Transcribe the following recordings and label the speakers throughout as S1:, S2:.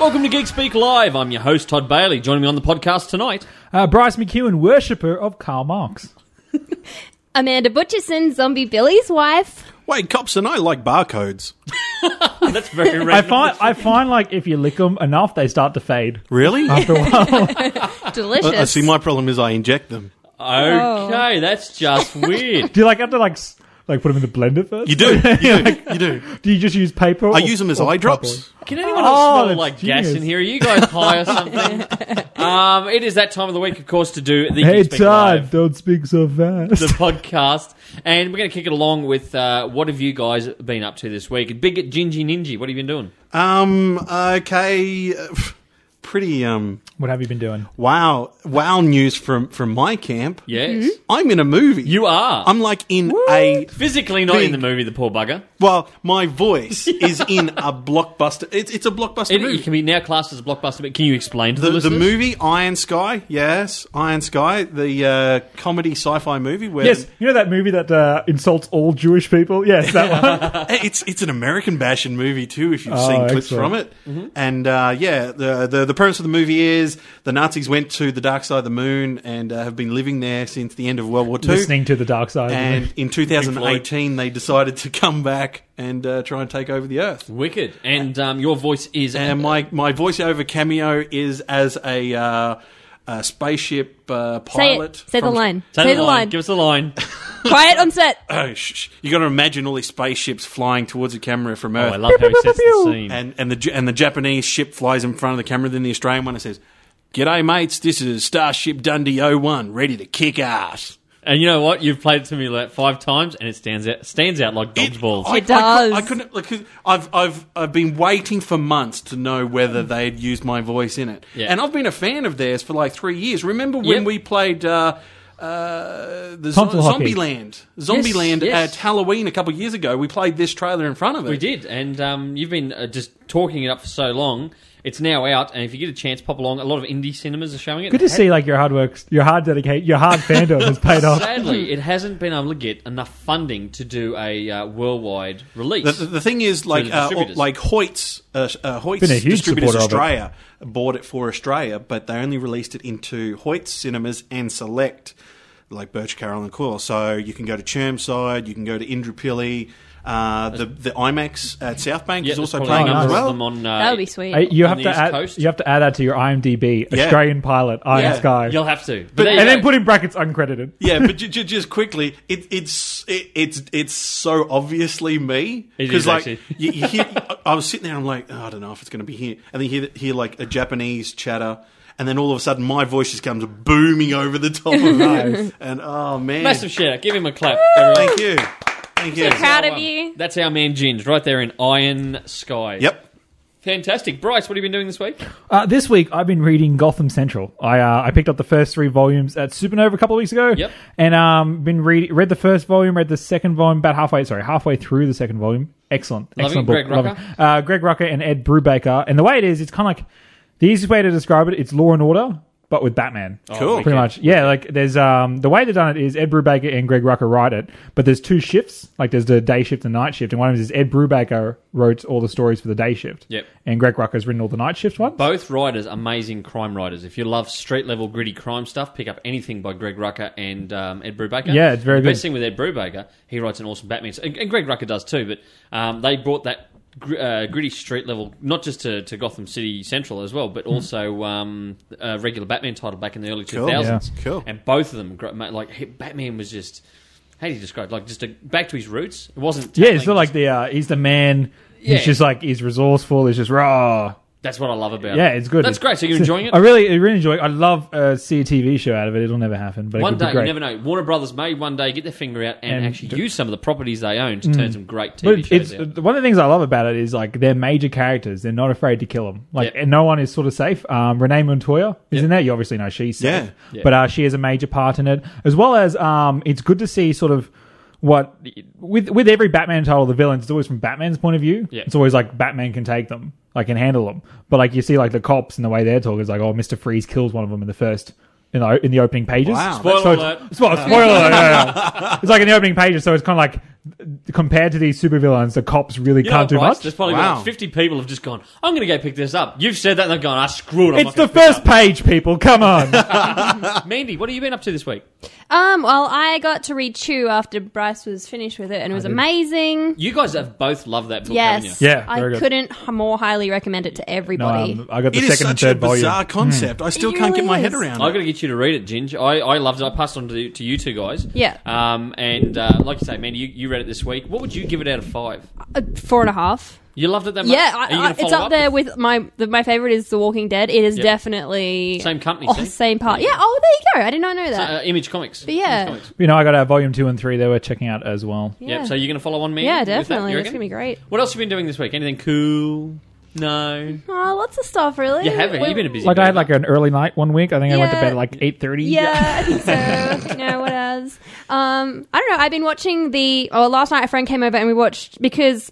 S1: Welcome to Geek Speak Live. I'm your host, Todd Bailey. Joining me on the podcast tonight.
S2: Uh, Bryce McEwen, worshipper of Karl Marx.
S3: Amanda Butcherson, Zombie Billy's wife.
S4: Wait, cops and I like barcodes.
S1: That's very
S2: I
S1: random.
S2: find I find like if you lick them enough, they start to fade.
S4: Really?
S2: After a while,
S3: Delicious.
S4: I Uh, see. My problem is I inject them. Oh.
S1: Okay, that's just weird.
S2: do you like have to like s- like put them in the blender first?
S4: You do. You do. You do.
S2: Do you just use paper?
S4: I use them as eye drops.
S1: Can anyone else
S2: Oh,
S1: smell
S2: that's
S1: like gas
S2: genius.
S1: in here? Are you guys high or something? um, it is that time of the week, of course, to do the
S2: Hey
S1: Geek Speak Live.
S2: Todd, don't speak so fast.
S1: the podcast. And we're going to kick it along with uh, what have you guys been up to this week? Big at Gingy Ninji, what have you been doing?
S4: Um. Okay. uh, Pretty. Um.
S2: What have you been doing?
S4: Wow. Wow. News from from my camp.
S1: Yes.
S4: I'm in a movie.
S1: You are.
S4: Mm-hmm. I'm like in a.
S1: Physically not in
S4: Big.
S1: the movie, the poor bugger.
S4: Well, my voice is in a blockbuster. It's it's a blockbuster
S1: It,
S4: movie.
S1: it can be now classed as a blockbuster, but can you explain to the,
S4: the, the
S1: listeners?
S4: movie Iron Sky, yes, Iron Sky, the uh, comedy sci-fi movie where
S2: Yes, you know that movie that uh, insults all Jewish people. Yes, that one.
S4: Hey, it's it's an American bashing movie too. If you've
S2: Oh,
S4: seen clips
S2: excellent.
S4: from it, and uh, yeah, the, the the premise of the movie is the Nazis went to the dark side of the moon and uh, have been living there since the end of World War Two.
S2: Listening to the dark side.
S4: and in
S1: Floyd.
S4: 2018, they decided to come back and uh, try and take over the Earth.
S1: Wicked. And um, your voice is.
S4: And my my voiceover cameo is as a, uh, a spaceship uh,
S3: Say
S4: pilot.
S3: it. Say the
S4: from-
S3: line.
S1: Say the line.
S3: line.
S1: Give us the line.
S3: Quiet on set.
S4: Oh, shh, shh. you got to imagine all these spaceships flying towards the camera from
S1: Oh,
S4: Earth.
S1: I love how he sets the scene.
S4: Mm. and and the J- and the Japanese ship flies in front of the camera. Then the Australian one and says, "G'day mates, this is Starship Dundee 01, ready to kick ass."
S1: And you know what? You've played it to me like five times, and it stands out stands out like dog's balls.
S4: I- I
S3: It
S4: cou- I,
S3: does.
S4: couldn't look. 'cause I've I've I've been waiting for months to know whether they'd used my voice in it,
S1: Yeah.
S4: and I've been a fan of theirs for like three years. Remember when
S1: Yep.
S4: we played? Uh, uh, the zo-
S2: Tonsil hockey.
S4: Zombieland, Zombieland
S1: yes.
S4: at Halloween a couple of years ago. We played this trailer in front of it.
S1: We did, and um, you've been uh, just talking it up for so long. It's now out, and if you get a chance, pop along. A lot of indie cinemas are showing it.
S2: Good to see like your hard work, your hard dedicate, your hard fandom has paid off.
S1: Sadly, it hasn't been able to get enough funding to do a uh, worldwide release.
S4: The, the, the thing is, like
S1: the
S4: uh,
S1: distributors.
S4: like Hoyts, uh, uh, Hoyts
S2: Been a huge supporter
S4: Distributors
S2: of it.
S4: Australia bought it for Australia, but they only released it into Hoyts cinemas and select, like Birch Carroll and Cool. So you can go to Chermside, you can go to Indrapilli. Uh, the the IMAX at Southbank
S1: Yeah,
S4: is
S1: there's
S4: also
S1: probably
S4: playing
S1: a
S4: up as
S1: number of
S4: well.
S1: them on, uh,
S3: That would be sweet.
S2: Hey, you
S1: On
S2: have
S1: the
S2: to
S1: East
S2: add,
S1: Coast?
S2: you have to add that to your IMDb
S4: Yeah.
S2: Australian pilot Iron
S4: Yeah.
S2: Sky,
S1: You'll have to. But, there you
S2: and then
S1: go.
S2: put in brackets uncredited.
S4: yeah, but ju- ju- just quickly, it, it's it, it's it's so obviously me
S1: It is,
S4: like
S1: actually.
S4: you, you hear, I- I was sitting there, I'm like, "Oh, I don't know if it's going to be here, and then you hear, hear like a Japanese chatter, and then all of a sudden my voice just comes booming over the top of it, and oh man,
S1: Massive shout out. Give him a clap. everyone.
S4: thank you, thank you,
S3: So proud
S1: Well,
S3: of
S1: um,
S3: you.
S1: That's our man Ginge, right there in Iron Sky.
S4: yep.
S1: Fantastic. Bryce, what have you been doing this week?
S2: Uh, this week, I've been reading Gotham Central. I uh, I picked up the first three volumes at Supernova a couple of weeks ago,
S1: Yep.
S2: and um, been read read the first volume, read the second volume about halfway. Sorry, halfway through the second volume. Excellent,
S1: Loving
S2: excellent
S1: it,
S2: book.
S1: Greg Rucka?
S2: Loving it. Uh, Greg Rucker and Ed Brubaker. And the way it is, it's kind of like the easiest way to describe it. It's Law and Order, but with Batman.
S4: Cool.
S1: wicked.
S2: Pretty much, yeah. Like there's um the way they've done it is Ed Brubaker and Greg Rucker write it, but there's two shifts. Like there's the day shift and night shift, and one of them is Ed Brubaker wrote all the stories for the day shift.
S1: Yep.
S2: And Greg Rucker's written all the night shift ones.
S1: Both writers, amazing crime writers. If you love street level gritty crime stuff, pick up anything by Greg Rucker and um, Ed Brubaker.
S2: Yeah, it's very
S1: the Best
S2: good.
S1: thing with Ed Brubaker, he writes an awesome Batman, and, and Greg Rucker does too. But um, they brought that gr- uh, gritty street level not just to, to Gotham City Central as well, but
S2: Hmm.
S1: also um, a regular Batman title back in the early two
S4: Cool.
S1: thousands.
S4: Yeah. Cool.
S1: And both of them, gr- ma- like he- Batman was just. How do you describe? Like just a, back to his roots. It wasn't.
S2: Yeah,
S1: tackling
S2: it's not
S1: just-
S2: like the uh, he's the man.
S1: Yeah.
S2: He's just like he's resourceful. He's just raw.
S1: That's what I love about it.
S2: Yeah, it's good.
S1: That's great. So you're enjoying it?
S2: I really, I really enjoy. it. I love uh, see a TV show out of it. It'll never happen, but it
S1: One
S2: would be
S1: day, you
S2: great.
S1: never know. Warner Brothers may one day get their finger out and,
S2: And
S1: actually
S2: do- Mm.
S1: use some of the properties they own to turn some great TV
S2: but it's uh,
S1: shows out.
S2: one of the things I love about it is like they're major characters. They're not afraid to kill them. Like
S1: Yeah.
S2: and no one is sort of safe. Um, Renee Montoya is in there. You obviously know she's safe,
S4: Yeah.
S1: Yeah.
S2: but uh, she has a major part in it as well as um, it's good to see sort of. What with with every Batman title, the villains it's always from Batman's point of view.
S1: Yeah.
S2: It's always like Batman can take them, like can handle them. But like you see, like the cops and the way they're talking is like, oh, Mister Freeze kills one of them in the first, you know, in the opening pages.
S4: Wow,
S2: So
S1: Spoiler
S2: it's-
S1: alert.
S2: Spoiler, spoiler alert, yeah, yeah. It's like in the opening pages, so it's kind of like compared to these supervillains, the cops really
S1: You know
S2: can't
S1: what,
S2: do
S1: Bryce?
S2: much.
S1: There's probably
S4: Wow.
S1: like 50 people have just gone, I'm going to go pick this up. You've said that, and they've gone, ah, screw it. I'm
S2: It's
S1: not
S2: the
S1: gonna
S2: first
S1: pick it
S2: page, people. Come on.
S1: up." Mandy, what have you been up to this week?
S3: Um, well, I got to read Chew after Bryce was finished with it, and it was
S2: did.
S3: amazing.
S1: You guys have both loved that book, haven't you?
S3: Yes,
S2: Yeah,
S3: I
S2: very good.
S3: couldn't h- more highly recommend it to
S2: no,
S3: everybody.
S2: um, I got the
S4: It is
S2: second and
S4: such a
S2: third volume. Hmm.
S4: bizarre concept. I still
S3: It
S4: can't get my
S3: really
S4: head
S3: is.
S4: around
S1: I've got
S4: it.
S1: to get you to read it, Ginge. I, I loved it. I passed it on to, to you two guys.
S3: Yeah.
S1: Um, and uh, like you say, Mandy, you, you read it this week. What would you give it out of five?
S3: Uh, four and a half.
S1: You loved it that much?
S3: Yeah,
S1: Are
S3: I,
S1: you gonna
S3: I, it's
S1: follow
S3: up, there with my the, my favorite is The Walking Dead. It is
S1: Yep.
S3: definitely
S1: Same company,
S3: oh,
S1: see?
S3: same part. Yeah. Oh, there you go. I did not know that.
S1: Uh, Image Comics.
S3: But yeah.
S1: Image Comics.
S2: You know, I got our volume two and three. They were checking out as well.
S1: Yep,
S3: yeah.
S1: so you're going to follow on, Mandy?
S3: yeah,
S1: with that, you
S3: definitely. It's
S1: reckon?
S3: gonna be great.
S1: What else have you been doing this week? Anything cool? No.
S3: Oh, lots of stuff, really.
S1: You haven't.
S3: We-
S1: You've been a busy
S2: Like I had
S1: girl.
S2: like an early night one week. I think I went to
S3: Yeah.
S2: bed at like eight thirty.
S3: Yeah, I think so. you know, what else? Um, I don't know. I've been watching the. Oh, last night a friend came over and we watched because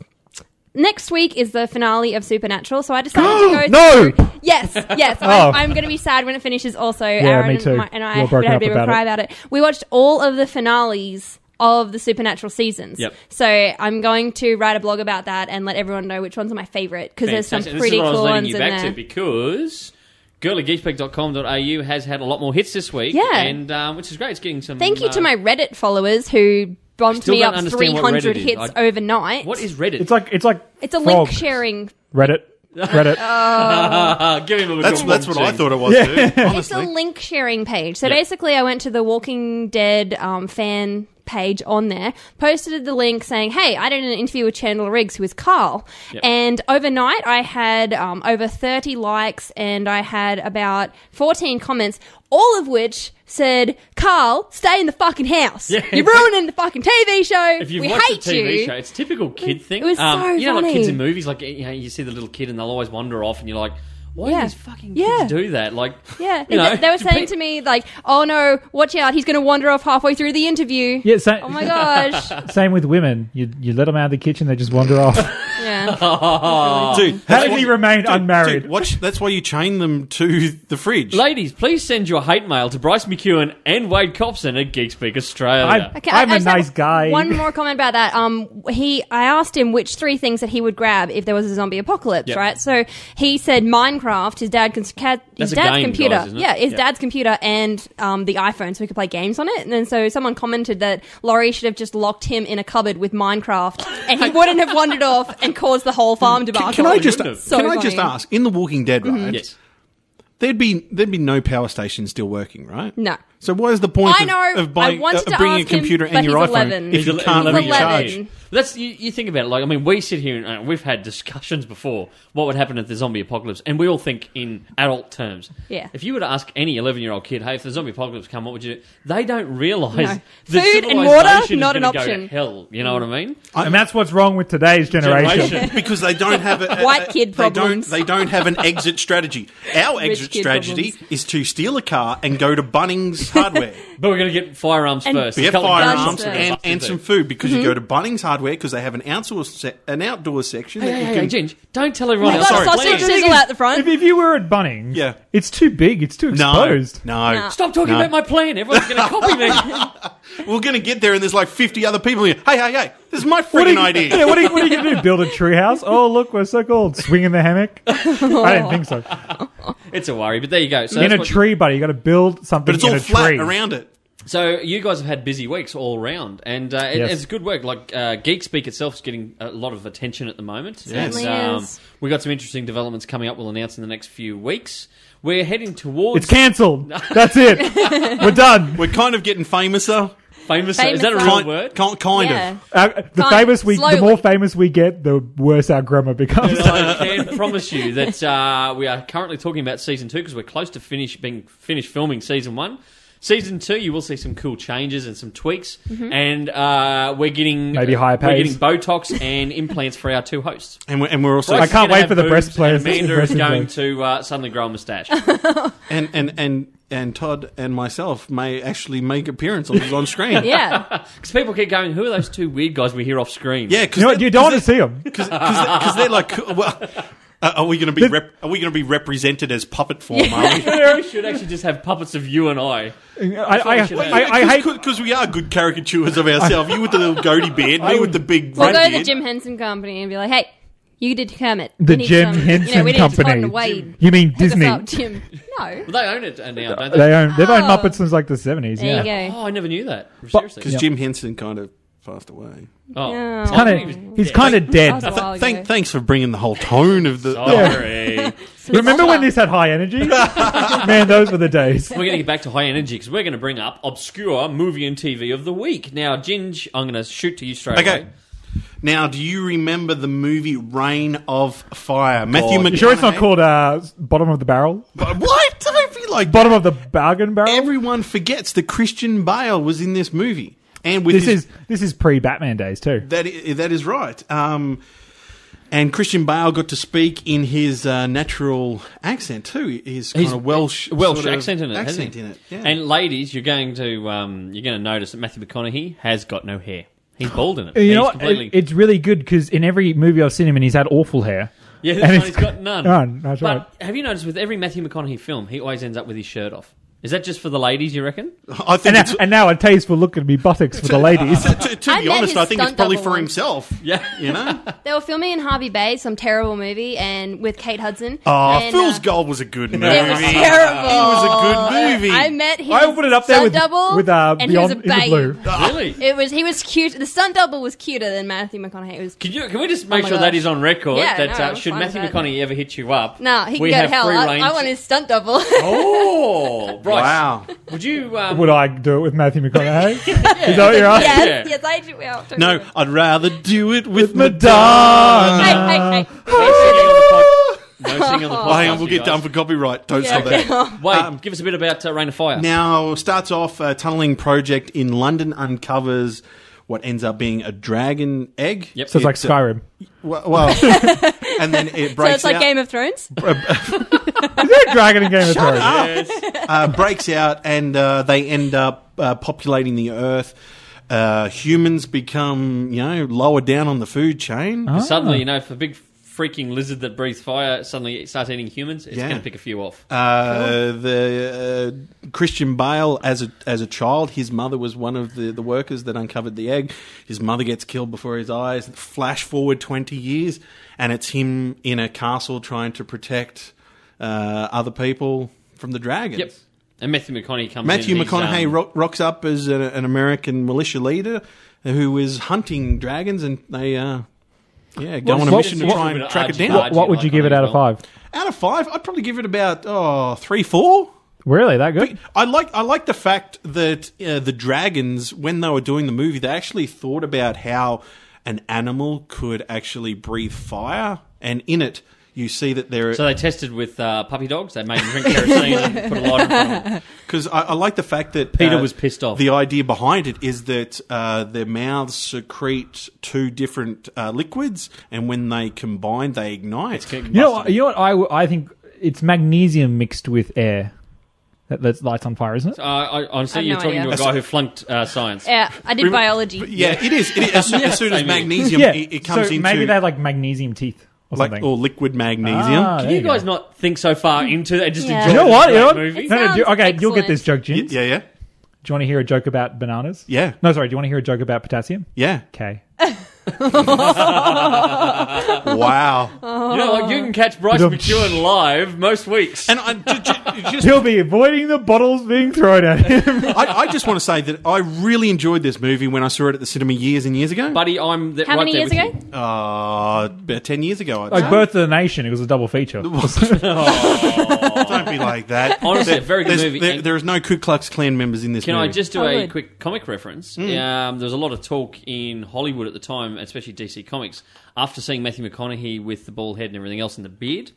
S3: next week is the finale of Supernatural, so I decided to go.
S2: No!
S3: through- Yes, yes.
S2: Oh.
S3: I'm, I'm going to be sad when it finishes. Also, Aaron
S2: me
S3: and
S2: too.
S3: my-
S2: We
S3: and I
S2: were broken
S3: we had a
S2: up
S3: bit of a
S2: about
S3: cry
S2: it.
S3: about it. We watched all of the finales. Of the supernatural seasons,
S1: Yep.
S3: so I'm going to write a blog about that and let everyone know which ones are my favorite because there's some
S1: Fantastic. And
S3: pretty
S1: this is what
S3: cool
S1: I was leading
S3: ones
S1: you
S3: in
S1: back
S3: there.
S1: to because girlygeekspeg.com.au has had a lot more hits this week.
S3: Yeah.
S1: And um, which is great. It's getting some.
S3: Thank you
S1: uh,
S3: to my Reddit followers who bumped
S1: Still
S3: me
S1: don't
S3: up
S1: understand what Reddit
S3: 300
S1: is.
S3: hits
S1: I-
S3: overnight.
S1: What is Reddit?
S2: It's like it's like
S3: It's a
S2: frog.
S3: link sharing.
S2: Reddit. Reddit.
S1: uh, give him a
S4: That's
S1: good
S4: that's
S1: one,
S4: what I
S1: Jim.
S4: thought it was. Dude,
S3: It's a
S4: honestly,
S3: link sharing page. So
S1: Yeah.
S3: basically, I went to the Walking Dead um, fan page on there, posted the link saying, "Hey, I did an interview with Chandler Riggs, who is Carl,"
S1: Yep.
S3: and overnight I had um, over thirty likes and I had about fourteen comments, all of which. Said Carl, stay in the fucking house.
S1: Yeah.
S3: You're ruining the fucking TV show.
S1: If you've
S3: we
S1: watched
S3: hate
S1: a TV
S3: you.
S1: show, it's a typical kid thing. Um,
S3: was so
S1: you know, like
S3: funny.
S1: kids in movies, like you know, you see the little kid and they'll always wander off, and you're like, why
S3: Yeah.
S1: do these fucking kids
S3: Yeah.
S1: do that? Like,
S3: Yeah,
S1: you know,
S3: they, they were
S1: do
S3: saying
S1: pe-
S3: to me like, "Oh no, watch out! He's going to wander off halfway through the interview."
S2: Yeah. Same,
S3: Oh my gosh.
S2: same with women. You you let them out of the kitchen, they just wander off.
S3: yeah.
S4: dude,
S2: How
S4: that's
S2: did
S4: why-
S2: he remain unmarried?
S4: Dude, watch. That's why you chain them to the fridge.
S1: Ladies, please send your hate mail to Bryce McEwen and Wade Copson at Geekspeak Australia.
S2: I- I'm
S3: I- I
S2: a
S3: just have
S2: nice guy.
S3: One more comment about that. Um, he, I asked him which three things that he would grab if there was a zombie apocalypse,
S1: Yep.
S3: right? So he said Minecraft, his dad, cons- cat, his
S1: That's a
S3: dad's
S1: game,
S3: computer,
S1: guys, isn't it?
S3: yeah, his
S1: Yep.
S3: dad's computer, and um, the iPhone, so he could play games on it. And then so someone commented that Laurie should have just locked him in a cupboard with Minecraft, and he wouldn't have wandered off and caused the whole farm debacle.
S4: Can I just
S1: wouldn't have.
S3: So
S4: can I just
S3: funny.
S4: ask? In The Walking Dead,
S3: Mm-hmm.
S4: right?
S1: yes.
S4: There'd be there'd be no power station still working, right?
S3: No.
S4: So what is the point
S3: I
S4: of,
S3: know.
S4: of buying,
S3: I wanted
S4: of
S3: to
S4: bringing
S3: ask
S4: a
S3: him,
S4: computer
S3: but
S4: and your
S3: he's
S4: iPhone
S3: 11.
S4: if you
S1: ele-
S4: can't
S3: eleven years
S4: recharge?
S3: old.
S1: That's you, you think about it. Like I mean, we sit here and uh, we've had discussions before. What would happen if the zombie apocalypse? And we all think in adult terms.
S3: Yeah.
S1: If you were to ask any eleven-year-old kid, "Hey, if the zombie apocalypse come, what would you do?" They don't realise
S3: No.
S1: the
S3: Food and
S1: civilization
S3: water,
S1: is
S3: not an
S1: gonna go to
S3: option.
S1: hell, you know what I mean?
S2: and that's what's wrong with today's generation.
S1: Generation.
S4: because they don't have a, a-
S3: White
S4: a-
S3: kid
S4: they
S3: problems.
S4: Don't, they don't have an exit strategy. Our
S3: Rich
S4: exit
S3: kid
S4: strategy
S3: problems.
S4: is to steal a car and go to Bunnings Hardware,
S1: But we're going to get firearms
S3: And-
S1: first.
S4: get
S1: A couple of guns
S4: firearms
S1: we're
S3: Bunnings
S1: gonna
S4: and,
S1: bust
S4: and
S1: into.
S4: some food because
S3: Mm-hmm.
S4: you go to Bunnings Hardware because they have an outdoor se- an outdoor section.
S1: Hey,
S4: that
S1: hey,
S4: you
S1: hey,
S4: can,
S1: Ginge, don't tell everyone
S3: We've
S1: else.
S3: got
S1: our
S3: sausage
S1: plans.
S3: and- Sizzle out the front.
S2: If, if you were at Bunnings,
S4: Yeah.
S2: it's too big. It's too
S4: no,
S2: exposed.
S4: no,
S3: No.
S1: Stop talking
S4: No.
S1: about my plan. Everyone's going to copy me.
S4: We're going to get there and there's like 50 other people here. Hey, hey, hey, this is my
S2: What are,
S4: friggin'
S2: you,
S4: idea.
S2: yeah, what, are you, what are you gonna do? Build a tree house? Oh look, we're so cold. Swing in the hammock? I didn't think so.
S1: It's a worry, but there you go. So
S2: in
S1: that's
S2: a
S1: what-
S2: tree, buddy. You got to build something
S4: But it's
S2: in
S4: all
S2: a
S4: flat
S2: tree.
S4: around it.
S1: So you guys have had busy weeks all round, and uh, it,
S2: Yes.
S1: it's good work. Like uh, Geek Speak itself is getting a lot of attention at the moment.
S4: Certainly
S1: And, um,
S3: is.
S1: we got some interesting developments coming up. We'll announce in the next few weeks. We're heading towards
S2: It's cancelled. That's it. We're done.
S4: We're kind of getting famouser.
S1: famous.
S3: Famous
S1: Is that a real
S3: Kind-
S1: word?
S4: Kind, kind
S3: Yeah.
S4: of.
S2: Uh, the
S3: Fine,
S2: famous we, the
S3: slowly.
S2: more famous we get, the worse our grammar becomes.
S1: But I can promise you that uh, we are currently talking about season two because we're close to finish being finished filming season one. Season two, you will see some cool changes and some tweaks, and uh, we're getting
S2: Maybe higher
S1: We're getting
S2: pays.
S1: Botox and implants for our two hosts.
S4: And we're, and we're also.
S2: I can't
S1: Gonna
S2: wait
S1: have
S2: for the
S1: boobs
S2: breast players.
S1: And Amanda
S2: Breast
S1: is going
S2: implants.
S1: to uh, suddenly grow a moustache.
S4: And, and, and, and Todd and myself may actually make appearances on screen.
S3: Yeah,
S1: Because people keep going, who are those two weird guys we hear off screen?
S4: Yeah, because
S2: You know what? You don't want to see them.
S4: because they're like, well, Uh, are we going to be rep- are we going to be represented as puppet form? Are we?
S1: we should actually just have puppets of you and I.
S2: I, I,
S1: That's all we should
S2: I, I hate.
S4: because we are good caricatures of ourselves. you with the little goatee beard, me with the big
S3: We'll
S4: red
S3: go to the
S4: beard.
S3: Jim Henson Company and be like, hey, you did Kermit. We
S2: The
S3: need
S2: Jim
S3: some-
S2: Henson
S3: you know, we need To
S2: Company.
S3: find a way to
S2: You mean
S3: hook us
S2: Disney?
S3: up, Jim. No.
S1: Well, they own it uh, now, don't they?
S2: They own they've owned
S3: Oh.
S2: Muppets since like the seventies.
S3: There
S2: Yeah,
S3: you go.
S1: Oh, I never knew that. Seriously.
S4: Because Jim Henson kind of passed away.
S1: oh.
S3: Yeah.
S1: It's
S2: kind
S1: like he was
S2: of he's
S1: dead.
S2: kind of
S3: That was a
S2: dead.
S3: while
S4: Thank,
S3: ago.
S4: thanks for bringing the whole tone of the.
S1: Sorry. we're
S2: Remember when this had high energy? Man, those were the days.
S1: going to get back to high energy because we're going to bring up obscure movie and TV of the week. Now, Ginge, I'm going to shoot to you straight
S4: Okay.
S1: away.
S4: Now, do you remember the movie Rain of Fire? Matthew McConaughey.
S2: You sure it's not called uh, bottom of the barrel?
S4: But What? Don't be like
S2: Bottom of the bargain barrel.
S4: Everyone forgets that Christian Bale was in this movie, and with
S2: this
S4: his,
S2: is this is pre Batman days too.
S4: that i- that is right. Um, and Christian Bale got to speak in his uh, natural accent too. His kind of Welsh
S1: Welsh
S4: sort of
S1: accent in it, hasn't
S4: accent
S1: he?
S4: in it. Yeah.
S1: And ladies, you're going to um, you're going to notice that Matthew McConaughey has got no hair. He's bald in it.
S2: You
S1: he's
S2: know what?
S1: Completely,
S2: It- it's really good because in every movie I've seen him in, he's had awful hair.
S1: yeah, this
S2: and
S1: one
S2: it's-
S1: he's got none.
S2: None, that's
S1: but
S2: right.
S1: have you noticed with every Matthew McConaughey film, he always ends up with his shirt off? Is that just for the ladies? You reckon?
S4: I
S2: And
S4: think
S2: now,
S4: it's,
S2: and now a tasteful look at me buttocks for the ladies.
S4: to, to
S3: I
S4: be
S3: met
S4: honest,
S3: his
S4: I think it's
S3: stunt
S4: probably
S3: double
S4: for
S3: once.
S4: himself.
S1: Yeah.
S4: you know.
S3: They were filming in Harvey Bay, some terrible movie, and with Kate Hudson.
S4: Oh,
S3: and,
S4: Fool's
S3: uh,
S4: Gold was a good movie.
S3: It was terrible.
S4: It was a good movie.
S3: I met his
S2: I would put it up there
S3: stunt
S2: with
S3: double,
S2: with uh,
S3: and
S2: Beyond
S3: he was a
S2: in the
S3: babe.
S2: Blue.
S1: really?
S3: It was he was cute. The stunt double was cuter than Matthew McConaughey. It was
S1: Can, you, can we just make
S3: Oh my
S1: sure that
S3: gosh.
S1: is on record?
S3: Yeah,
S1: that
S3: no,
S1: uh,
S3: I'm
S1: should
S3: fine with
S1: Matthew
S3: that.
S1: McConaughey ever hit you up?
S3: no, he
S1: we
S3: can
S1: have
S3: go to hell.
S1: free
S3: I,
S1: range.
S3: I want his stunt double.
S1: Oh, Bryce,
S4: Wow.
S1: Would you? Um,
S2: Would I do it with Matthew McConaughey? Is that what you're asking?
S3: yes,
S1: Yeah.
S3: yes, I do. Well, don't
S4: No,
S3: do it.
S4: I'd rather do it with
S2: Madonna.
S3: Hey,
S4: Madonna.
S3: hey, hey.
S1: no singing on the pod- no singing on the podcast.
S4: I am. We'll
S1: you
S4: get
S1: guys.
S4: done for copyright. Don't
S3: Yeah,
S4: say that.
S3: okay.
S1: Wait, give us a bit about uh, Rain of Fire.
S4: Now starts off a tunneling project in London uncovers what ends up being a dragon egg.
S1: Yep.
S2: So it's like
S4: uh,
S2: Skyrim.
S4: w- well, and then it
S3: So
S4: breaks
S3: it's like
S4: out.
S3: Game of Thrones.
S2: Is there a dragon in Game of Thrones?
S4: uh, breaks out, and uh, they end up uh, populating the earth. Uh, humans become you know lower down on the food chain.
S2: Oh.
S1: Suddenly, you know, if a big freaking lizard that breathes fire suddenly it starts eating humans, it's
S4: Yeah.
S1: going to pick a few off.
S4: Uh, the uh, Christian Bale as a as a child, his mother was one of the, the workers that uncovered the egg. His mother gets killed before his eyes. Flash forward twenty years, and it's him in a castle trying to protect uh, other people from the dragons.
S1: Yep. And Matthew McConaughey comes
S4: Matthew
S1: in. and he's,
S4: McConaughey
S1: um,
S4: ro- rocks up as a, an American militia leader who is hunting dragons, and they uh, yeah go
S2: What-
S4: on a
S2: what-
S4: mission to
S2: what-
S4: try and track it down.
S2: What, what would you give it out of five?
S4: Out of five, I'd probably give it about oh three four.
S2: Really, that good?
S4: I like I like the fact that uh, the dragons, when they were doing the movie, they actually thought about how an animal could actually breathe fire, and in it you see that there.
S1: So they tested with uh, puppy dogs. They made them drink kerosene and put a lighter in front of them.
S4: Because I, I like the fact that uh,
S1: Peter was pissed off.
S4: The idea behind it is that uh, their mouths secrete two different uh, liquids, and when they combine, they ignite.
S2: You know, what- you know what? I, w- I think it's magnesium mixed with air that, that's lights on fire, isn't it?
S1: Uh, I, honestly,
S3: I've
S1: you're
S3: no
S1: talking
S3: idea.
S1: to a guy who flunked uh, science.
S3: Yeah, I did
S4: Remember-
S3: biology.
S4: But yeah, it is. It is. As, soon- as soon as
S1: Same here.
S4: magnesium,
S2: yeah.
S4: it, it comes
S2: so
S4: into
S2: maybe they have like magnesium teeth or
S4: like
S2: something.
S4: or liquid magnesium.
S2: Ah,
S1: Can
S2: there
S1: you
S2: go.
S1: guys not think so far into that? Just
S3: Mm. Yeah.
S1: enjoy
S2: You know what?
S1: this
S2: You know
S1: great
S2: what?
S1: movie.
S2: No, no, do, okay,
S3: Sounds
S2: you'll get this joke,
S3: excellent.
S2: Jim.
S4: yeah, yeah,
S2: Do you want to hear a joke about bananas?
S4: yeah,
S2: No, sorry. Do you want to hear a joke about potassium?
S4: yeah.
S2: Okay.
S4: Wow.
S1: You know what? You can catch Bryce
S2: Dum-
S1: McEwen live most weeks.
S4: And I, ju- ju- just
S2: He'll be avoiding the bottles being thrown at him.
S4: I, I just want to say that I really enjoyed this movie when I saw it at the cinema years and years ago.
S1: Buddy, I'm th-
S3: How
S1: right
S3: many
S1: there
S3: years
S1: with
S3: ago?
S1: you.
S4: Uh, about ten years ago, I'd
S2: like
S4: say.
S2: Birth of the Nation, it was a double feature.
S4: Don't be like that.
S1: Honestly, a very good
S4: There's-
S1: movie.
S4: There,
S1: And-
S4: there is no Ku Klux Klan members in this
S1: Can
S4: movie.
S1: I just do
S3: Oh,
S1: a
S3: good.
S1: quick comic reference?
S2: Mm.
S1: Um, there was a lot of talk in Hollywood at the time, especially DC Comics, after seeing Matthew McConaughey with the bald head and everything else and the beard.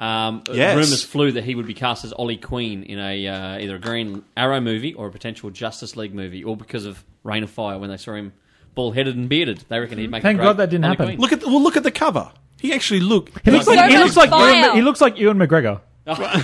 S1: Um,
S4: Yes.
S1: Rumors flew that he would be cast as Ollie Queen in a uh, either a Green Arrow movie or a potential Justice League movie, all because of Rain of Fire when they saw him bald headed and bearded. They reckon he'd make. a
S2: Thank
S1: great
S2: God that didn't
S1: Ollie
S2: happen.
S1: Queen.
S4: look at the, well? Look at the cover. He actually look.
S2: He looks like,
S3: So
S2: he
S3: much
S2: looks like
S3: fire.
S2: Ewan, he looks like Ewan McGregor.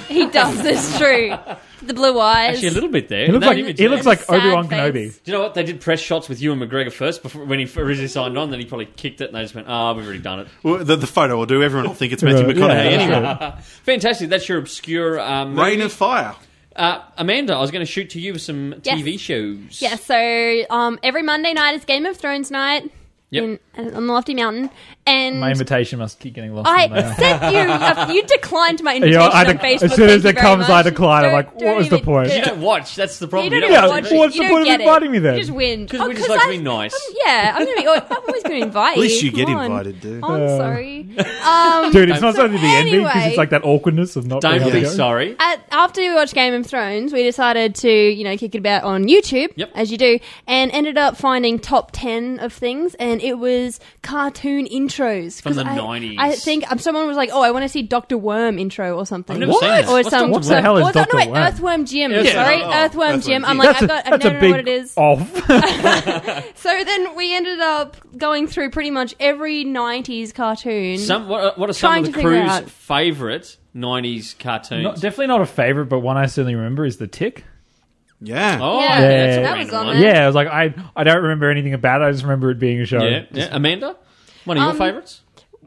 S3: He does. It's true. The blue eyes.
S1: Actually, a little bit there.
S2: He looks
S1: That
S2: like
S1: image
S2: he
S1: there.
S2: looks like
S3: Sad
S2: Obi Wan
S3: face.
S1: Do
S2: Kenobi.
S1: you know what? They did press shots with Ewan McGregor first before, when he originally signed on. Then he probably kicked it, and they just went, "Ah, we've already done it."
S4: Well, the, the photo will do. Everyone will think it's Matthew
S2: Right,
S4: McConaughey
S2: yeah,
S4: anyway.
S2: that's right.
S1: Fantastic. That's your obscure um, movie.
S4: Rain of Fire.
S1: Uh, Amanda, I was going to shoot to you with some
S3: Yes.
S1: TV shows.
S3: Yeah, so um, every Monday night is Game of Thrones night
S1: Yep.
S3: in, uh, on the Lofty Mountain. And
S2: My invitation must keep getting lost. in
S3: I
S2: there.
S3: sent you, you declined my
S2: Yeah,
S3: invitation
S2: I
S3: on
S2: dec-
S3: Facebook.
S2: as soon as
S3: Thank you
S2: it
S3: very
S2: comes, I
S3: much.
S2: decline. I'm
S3: Don't-
S2: like, what
S3: don't
S2: was the
S3: even-
S2: point?
S1: You don't watch. That's the problem.
S3: You don't
S1: You
S2: Yeah,
S1: don't
S3: watch
S1: watch
S3: it.
S2: what's
S3: You
S2: the
S3: don't
S2: point of
S3: get it.
S2: inviting me then?
S3: You just whinge.
S1: 'Cause
S3: Oh,
S1: we just like to
S3: I-
S1: be nice.
S3: um, yeah, I'm gonna be. oh, I'm always gonna invite you.
S4: At least you get
S3: Come on.
S4: invited, dude.
S3: Oh, I'm
S2: Uh,
S3: sorry. Um,
S2: Dude, it's not something to be envied
S3: anyway-
S2: because it's like that awkwardness of not being
S1: Don't
S2: able to
S1: be
S2: go.
S1: sorry.
S3: at, after we watched Game of Thrones, we decided to, you know, kick it about on YouTube,
S1: Yep.
S3: as you do, and ended up finding top 10 of things, and it was cartoon intros.
S1: From
S3: 'Cause
S1: the
S3: I-
S1: 90s.
S3: I think um, someone was like, oh, I want to see Dr. Worm intro or something.
S1: I've never What? seen that.
S3: Or
S1: What's Dr.
S3: some,
S1: Worm?
S2: What the hell is
S3: oh,
S2: Dr.
S3: No, wait,
S2: Worm?
S3: Earthworm Jim.
S1: Yeah.
S3: Sorry,
S4: Oh,
S3: Earthworm
S4: Earthworm
S3: Jim.
S4: Jim.
S3: I'm
S2: That's
S3: like, I've
S2: a,
S3: got, I
S2: that's a
S3: don't know
S2: big
S3: what it is.
S2: off.
S3: So then we ended up going through pretty much every 90s cartoon.
S1: Some, what, are- what are some
S3: Trying
S1: of the
S3: to figure
S1: crew's
S3: out.
S1: favourite 90s cartoons?
S2: Not- definitely not a favorite, but one I certainly remember is the Tick.
S4: Yeah.
S1: oh,
S3: Yeah,
S1: that's a
S2: that
S1: random
S3: was on
S1: one.
S3: there.
S2: Yeah, I was like, I I don't remember anything about it. I just remember it being a show.
S1: Yeah, yeah. Amanda, one of your
S3: Um,
S1: favourites?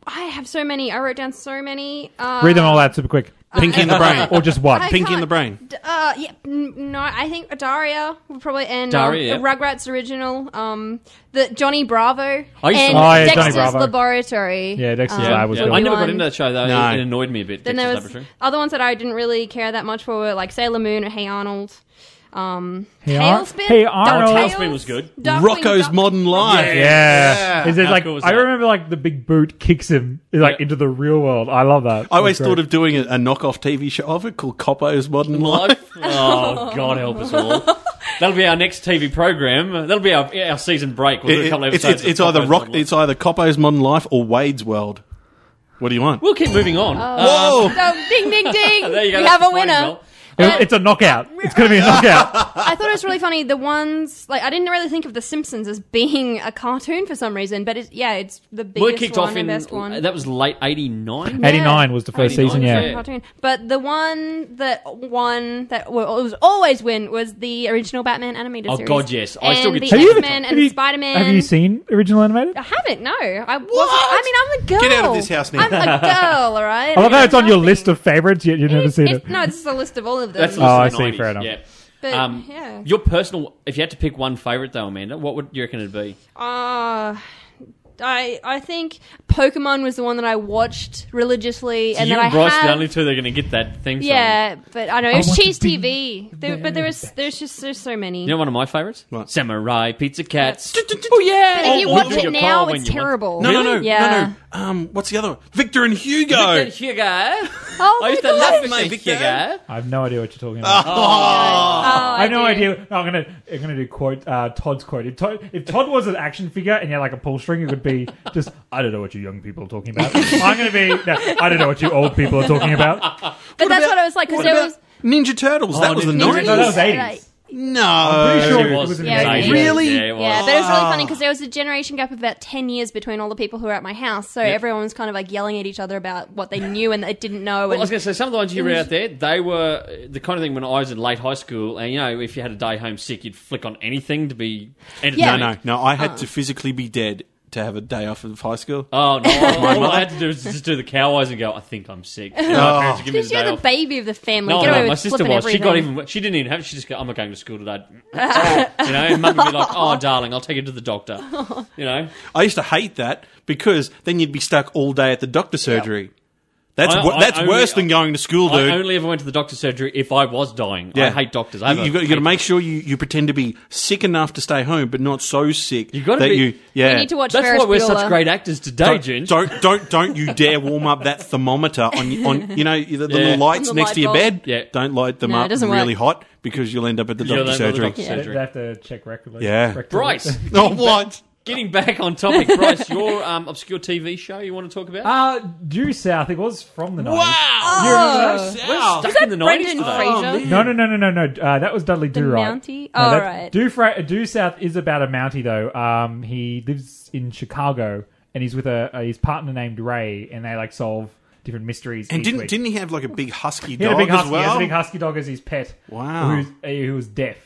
S3: I have so many. I wrote down so many. Uh,
S2: Read them all out super quick.
S4: Pinky and the Brain.
S2: or just one.
S3: I-
S4: Pinky
S3: can't-
S4: and the Brain.
S3: D- Uh, yeah, n- no, I think Daria would probably and
S1: Daria,
S3: um,
S1: yeah.
S3: Rugrats original, um, the Johnny Bravo
S1: I used to
S3: and
S1: love-
S2: Oh, yeah, Johnny
S3: Dexter's
S2: Bravo.
S3: Laboratory.
S2: Yeah, Dexter's
S3: um,
S2: Lab was
S3: would
S2: good.
S3: be
S1: I never got
S3: one.
S1: into that show, though.
S4: No.
S1: It annoyed me a bit.
S3: Then
S1: Dexter's
S3: there was
S1: Laboratory.
S3: other ones that I didn't really care that much for were like Sailor Moon or Hey Arnold. Um,
S2: Hey Ar-
S3: Tailspin.
S2: Hey
S3: Duck
S2: Arnold.
S3: Tales,
S1: Tailspin was good.
S3: Duckwing
S4: Rocco's
S3: Duck-
S4: Modern
S2: yeah.
S4: Life.
S2: Is it
S1: How
S2: like
S1: cool was
S2: I
S1: that?
S2: remember like the big boot kicks him like
S1: Yeah.
S2: into the real world. I love that.
S4: I always thought of doing a, a knockoff TV show of it called Coppo's Modern Life.
S1: Life. Oh, God help us all. That'll be our next TV program. That'll be our, our season break. We'll do a
S4: It-
S1: couple
S4: it- it's,
S1: episodes.
S4: it's,
S1: of
S4: it's either
S1: Coppo's
S4: rock.
S1: Modern Life.
S4: It's either Coppo's Modern Life or Wade's World. What do you want?
S1: We'll keep moving on. Uh,
S4: Whoa!
S3: So, ding ding ding!
S1: there you go.
S3: Oh, We
S1: That's
S3: have a
S1: the slide,
S3: winner.
S1: Mel.
S2: It- it's a knockout. It's gonna be a knockout.
S3: I thought it was really funny. The ones like I didn't really think of the Simpsons as being a cartoon for some reason, but it's, yeah, it's the biggest
S1: Well, it kicked
S3: one
S1: off in
S3: and best one.
S1: that was late '89.
S2: Eighty nine was the first
S1: 89,
S2: season.
S1: yeah.
S2: Yeah.
S3: cartoon. But the one that won that wa- was always win was the original Batman animated
S1: Oh,
S3: series.
S1: God, yes. I still
S3: and
S1: get
S3: the
S1: chills.
S2: Have you ever-
S3: X Men
S2: have
S3: and Uh,
S2: you-
S3: the Spider Man.
S2: Have you seen original animated?
S3: I haven't. No, I wasn't. I mean, I'm a girl.
S4: Get out of this house now.
S3: I'm a girl. All right.
S2: I love how it's on your list of favorites yet you've never
S3: It's,
S2: seen it.
S3: it's, no, this is a list of all of them.
S1: That's the
S2: Oh, I
S1: list of the
S2: see,
S1: 90s,
S2: fair enough.
S1: Yeah.
S3: But,
S1: Um,
S3: yeah.
S1: Your personal, if you had to pick one favourite though, Amanda, what would you reckon it'd be?
S3: Uh, I I think Pokemon was the one that I watched religiously, and
S1: you and
S3: that I
S1: Bryce are
S3: have.
S1: the only two that are going to get that thing.
S3: yeah, but I know it was
S2: want to
S3: Cheese
S2: be
S3: TV. There, but there was there's just there's so many.
S1: You know one of my favourites?
S4: What?
S1: Samurai Pizza Cats.
S4: Oh yeah!
S3: But if you
S1: Oh,
S3: watch
S1: you
S3: it
S1: can
S3: now,
S1: call when
S3: it's
S1: you want.
S3: terrible.
S4: No, no, no,
S3: Yeah.
S4: no, no. Um, what's the other one? Victor and Hugo.
S1: Victor Hugo.
S3: Oh,
S1: I used to
S3: my
S1: love
S3: God.
S1: my
S4: Victor.
S1: Hugo.
S2: I have no idea what you're talking
S1: Ah.
S2: about.
S3: Oh,
S2: I have no
S3: do.
S2: idea. No, I'm gonna I'm gonna do quote uh, Todd's quote. If Todd, if Todd was an action figure and you had like a pull string, it would be just I don't know what you young people are talking about. I'm gonna be no, I don't know what you old people are talking about.
S3: But that's what I was like because
S4: What
S3: there
S4: about
S3: was.
S4: Oh, Ninja Turtles. that was the
S1: Ninja
S4: nineties.
S2: No, that was
S3: Yeah.
S2: 80s.
S4: No,
S2: I'm pretty sure
S1: It
S2: it
S1: was
S2: was in the
S3: Yeah, it
S2: 80s.
S3: was.
S4: Really?
S1: Yeah, it was.
S3: Yeah, but it was really funny because there was a generation gap of about 10 years between all the people who were at my house. So everyone was kind of like yelling at each other about what they knew and they didn't know.
S1: Well, I was
S3: and
S1: going to say some of the ones you read out there, they were the kind of thing when I was in late high school, and you know, if you had a day home sick, you'd flick on anything to be entertained.
S3: Yeah. Oh.
S4: No, no, no. I had to physically be dead to have a day off of high school.
S1: Oh no! all I had to do was just do the cow eyes and go. I think I'm sick. And
S4: Oh.
S1: my parents would give me
S3: Because
S1: the
S3: you're
S1: day
S3: the
S1: off.
S3: baby of the family.
S1: No,
S3: Get away
S1: no,
S3: with
S1: my sister
S3: flipping
S1: was. She got
S3: everything.
S1: even. She didn't even have. it. She just go, "I'm not going to school today." you know, and mum would be like, "Oh, darling, I'll take you to the doctor." You know,
S4: I used to hate that because then you'd be stuck all day at the doctor surgery. That's
S1: I-
S4: wo-
S1: I
S4: that's
S1: only-
S4: worse than going to school,
S1: I
S4: dude.
S1: only ever went to the doctor's surgery if I was dying. I hate doctors. I
S4: You, you've got, you've got to make sure you, you pretend to be sick enough to stay home, but not so sick
S1: You've got to
S4: that
S1: be-
S4: you. Yeah.
S3: You need to watch
S1: That's
S3: Ferris
S1: why we're
S3: Bueller.
S1: such great actors today, Jin.
S4: don't, don't don't don't you dare warm up that thermometer on on you know the, the
S1: Yeah.
S4: little lights
S3: On the
S4: next
S3: light
S4: to your
S3: bulb.
S4: bed.
S1: Yeah.
S4: Don't light them
S3: No, it
S4: up
S3: doesn't
S4: really
S3: work.
S4: hot because you'll end up at the
S1: You'll
S4: doctor
S1: end up at the doctor's
S4: surgery.
S3: Yeah.
S2: They,
S1: surgery.
S2: they have to check regularly.
S4: Yeah.
S1: Bryce,
S4: Oh what?
S1: getting back on topic, Bryce, your um, obscure TV show you want to talk about?
S2: Uh, due south. It was from the 90s.
S1: Wow!
S4: Oh.
S1: We're stuck in the nineties
S3: Brendan
S1: today. Oh,
S3: Fraser.
S2: No, no, no, no, no, no. Uh, that was Dudley Do Right.
S3: Mountie?
S2: No,
S3: Oh,
S2: that-
S3: right.
S2: Do Fra- Do South is about a Mountie though. Um, he lives in Chicago and he's with a, a his partner named Ray, and they like solve different mysteries.
S4: And
S2: each
S4: didn't
S2: week.
S4: didn't he have like a big husky
S2: he
S4: dog
S2: had a big husky?
S4: as
S2: He has
S4: well?
S2: a big husky dog as his pet.
S4: Wow.
S2: who's, uh, who was deaf.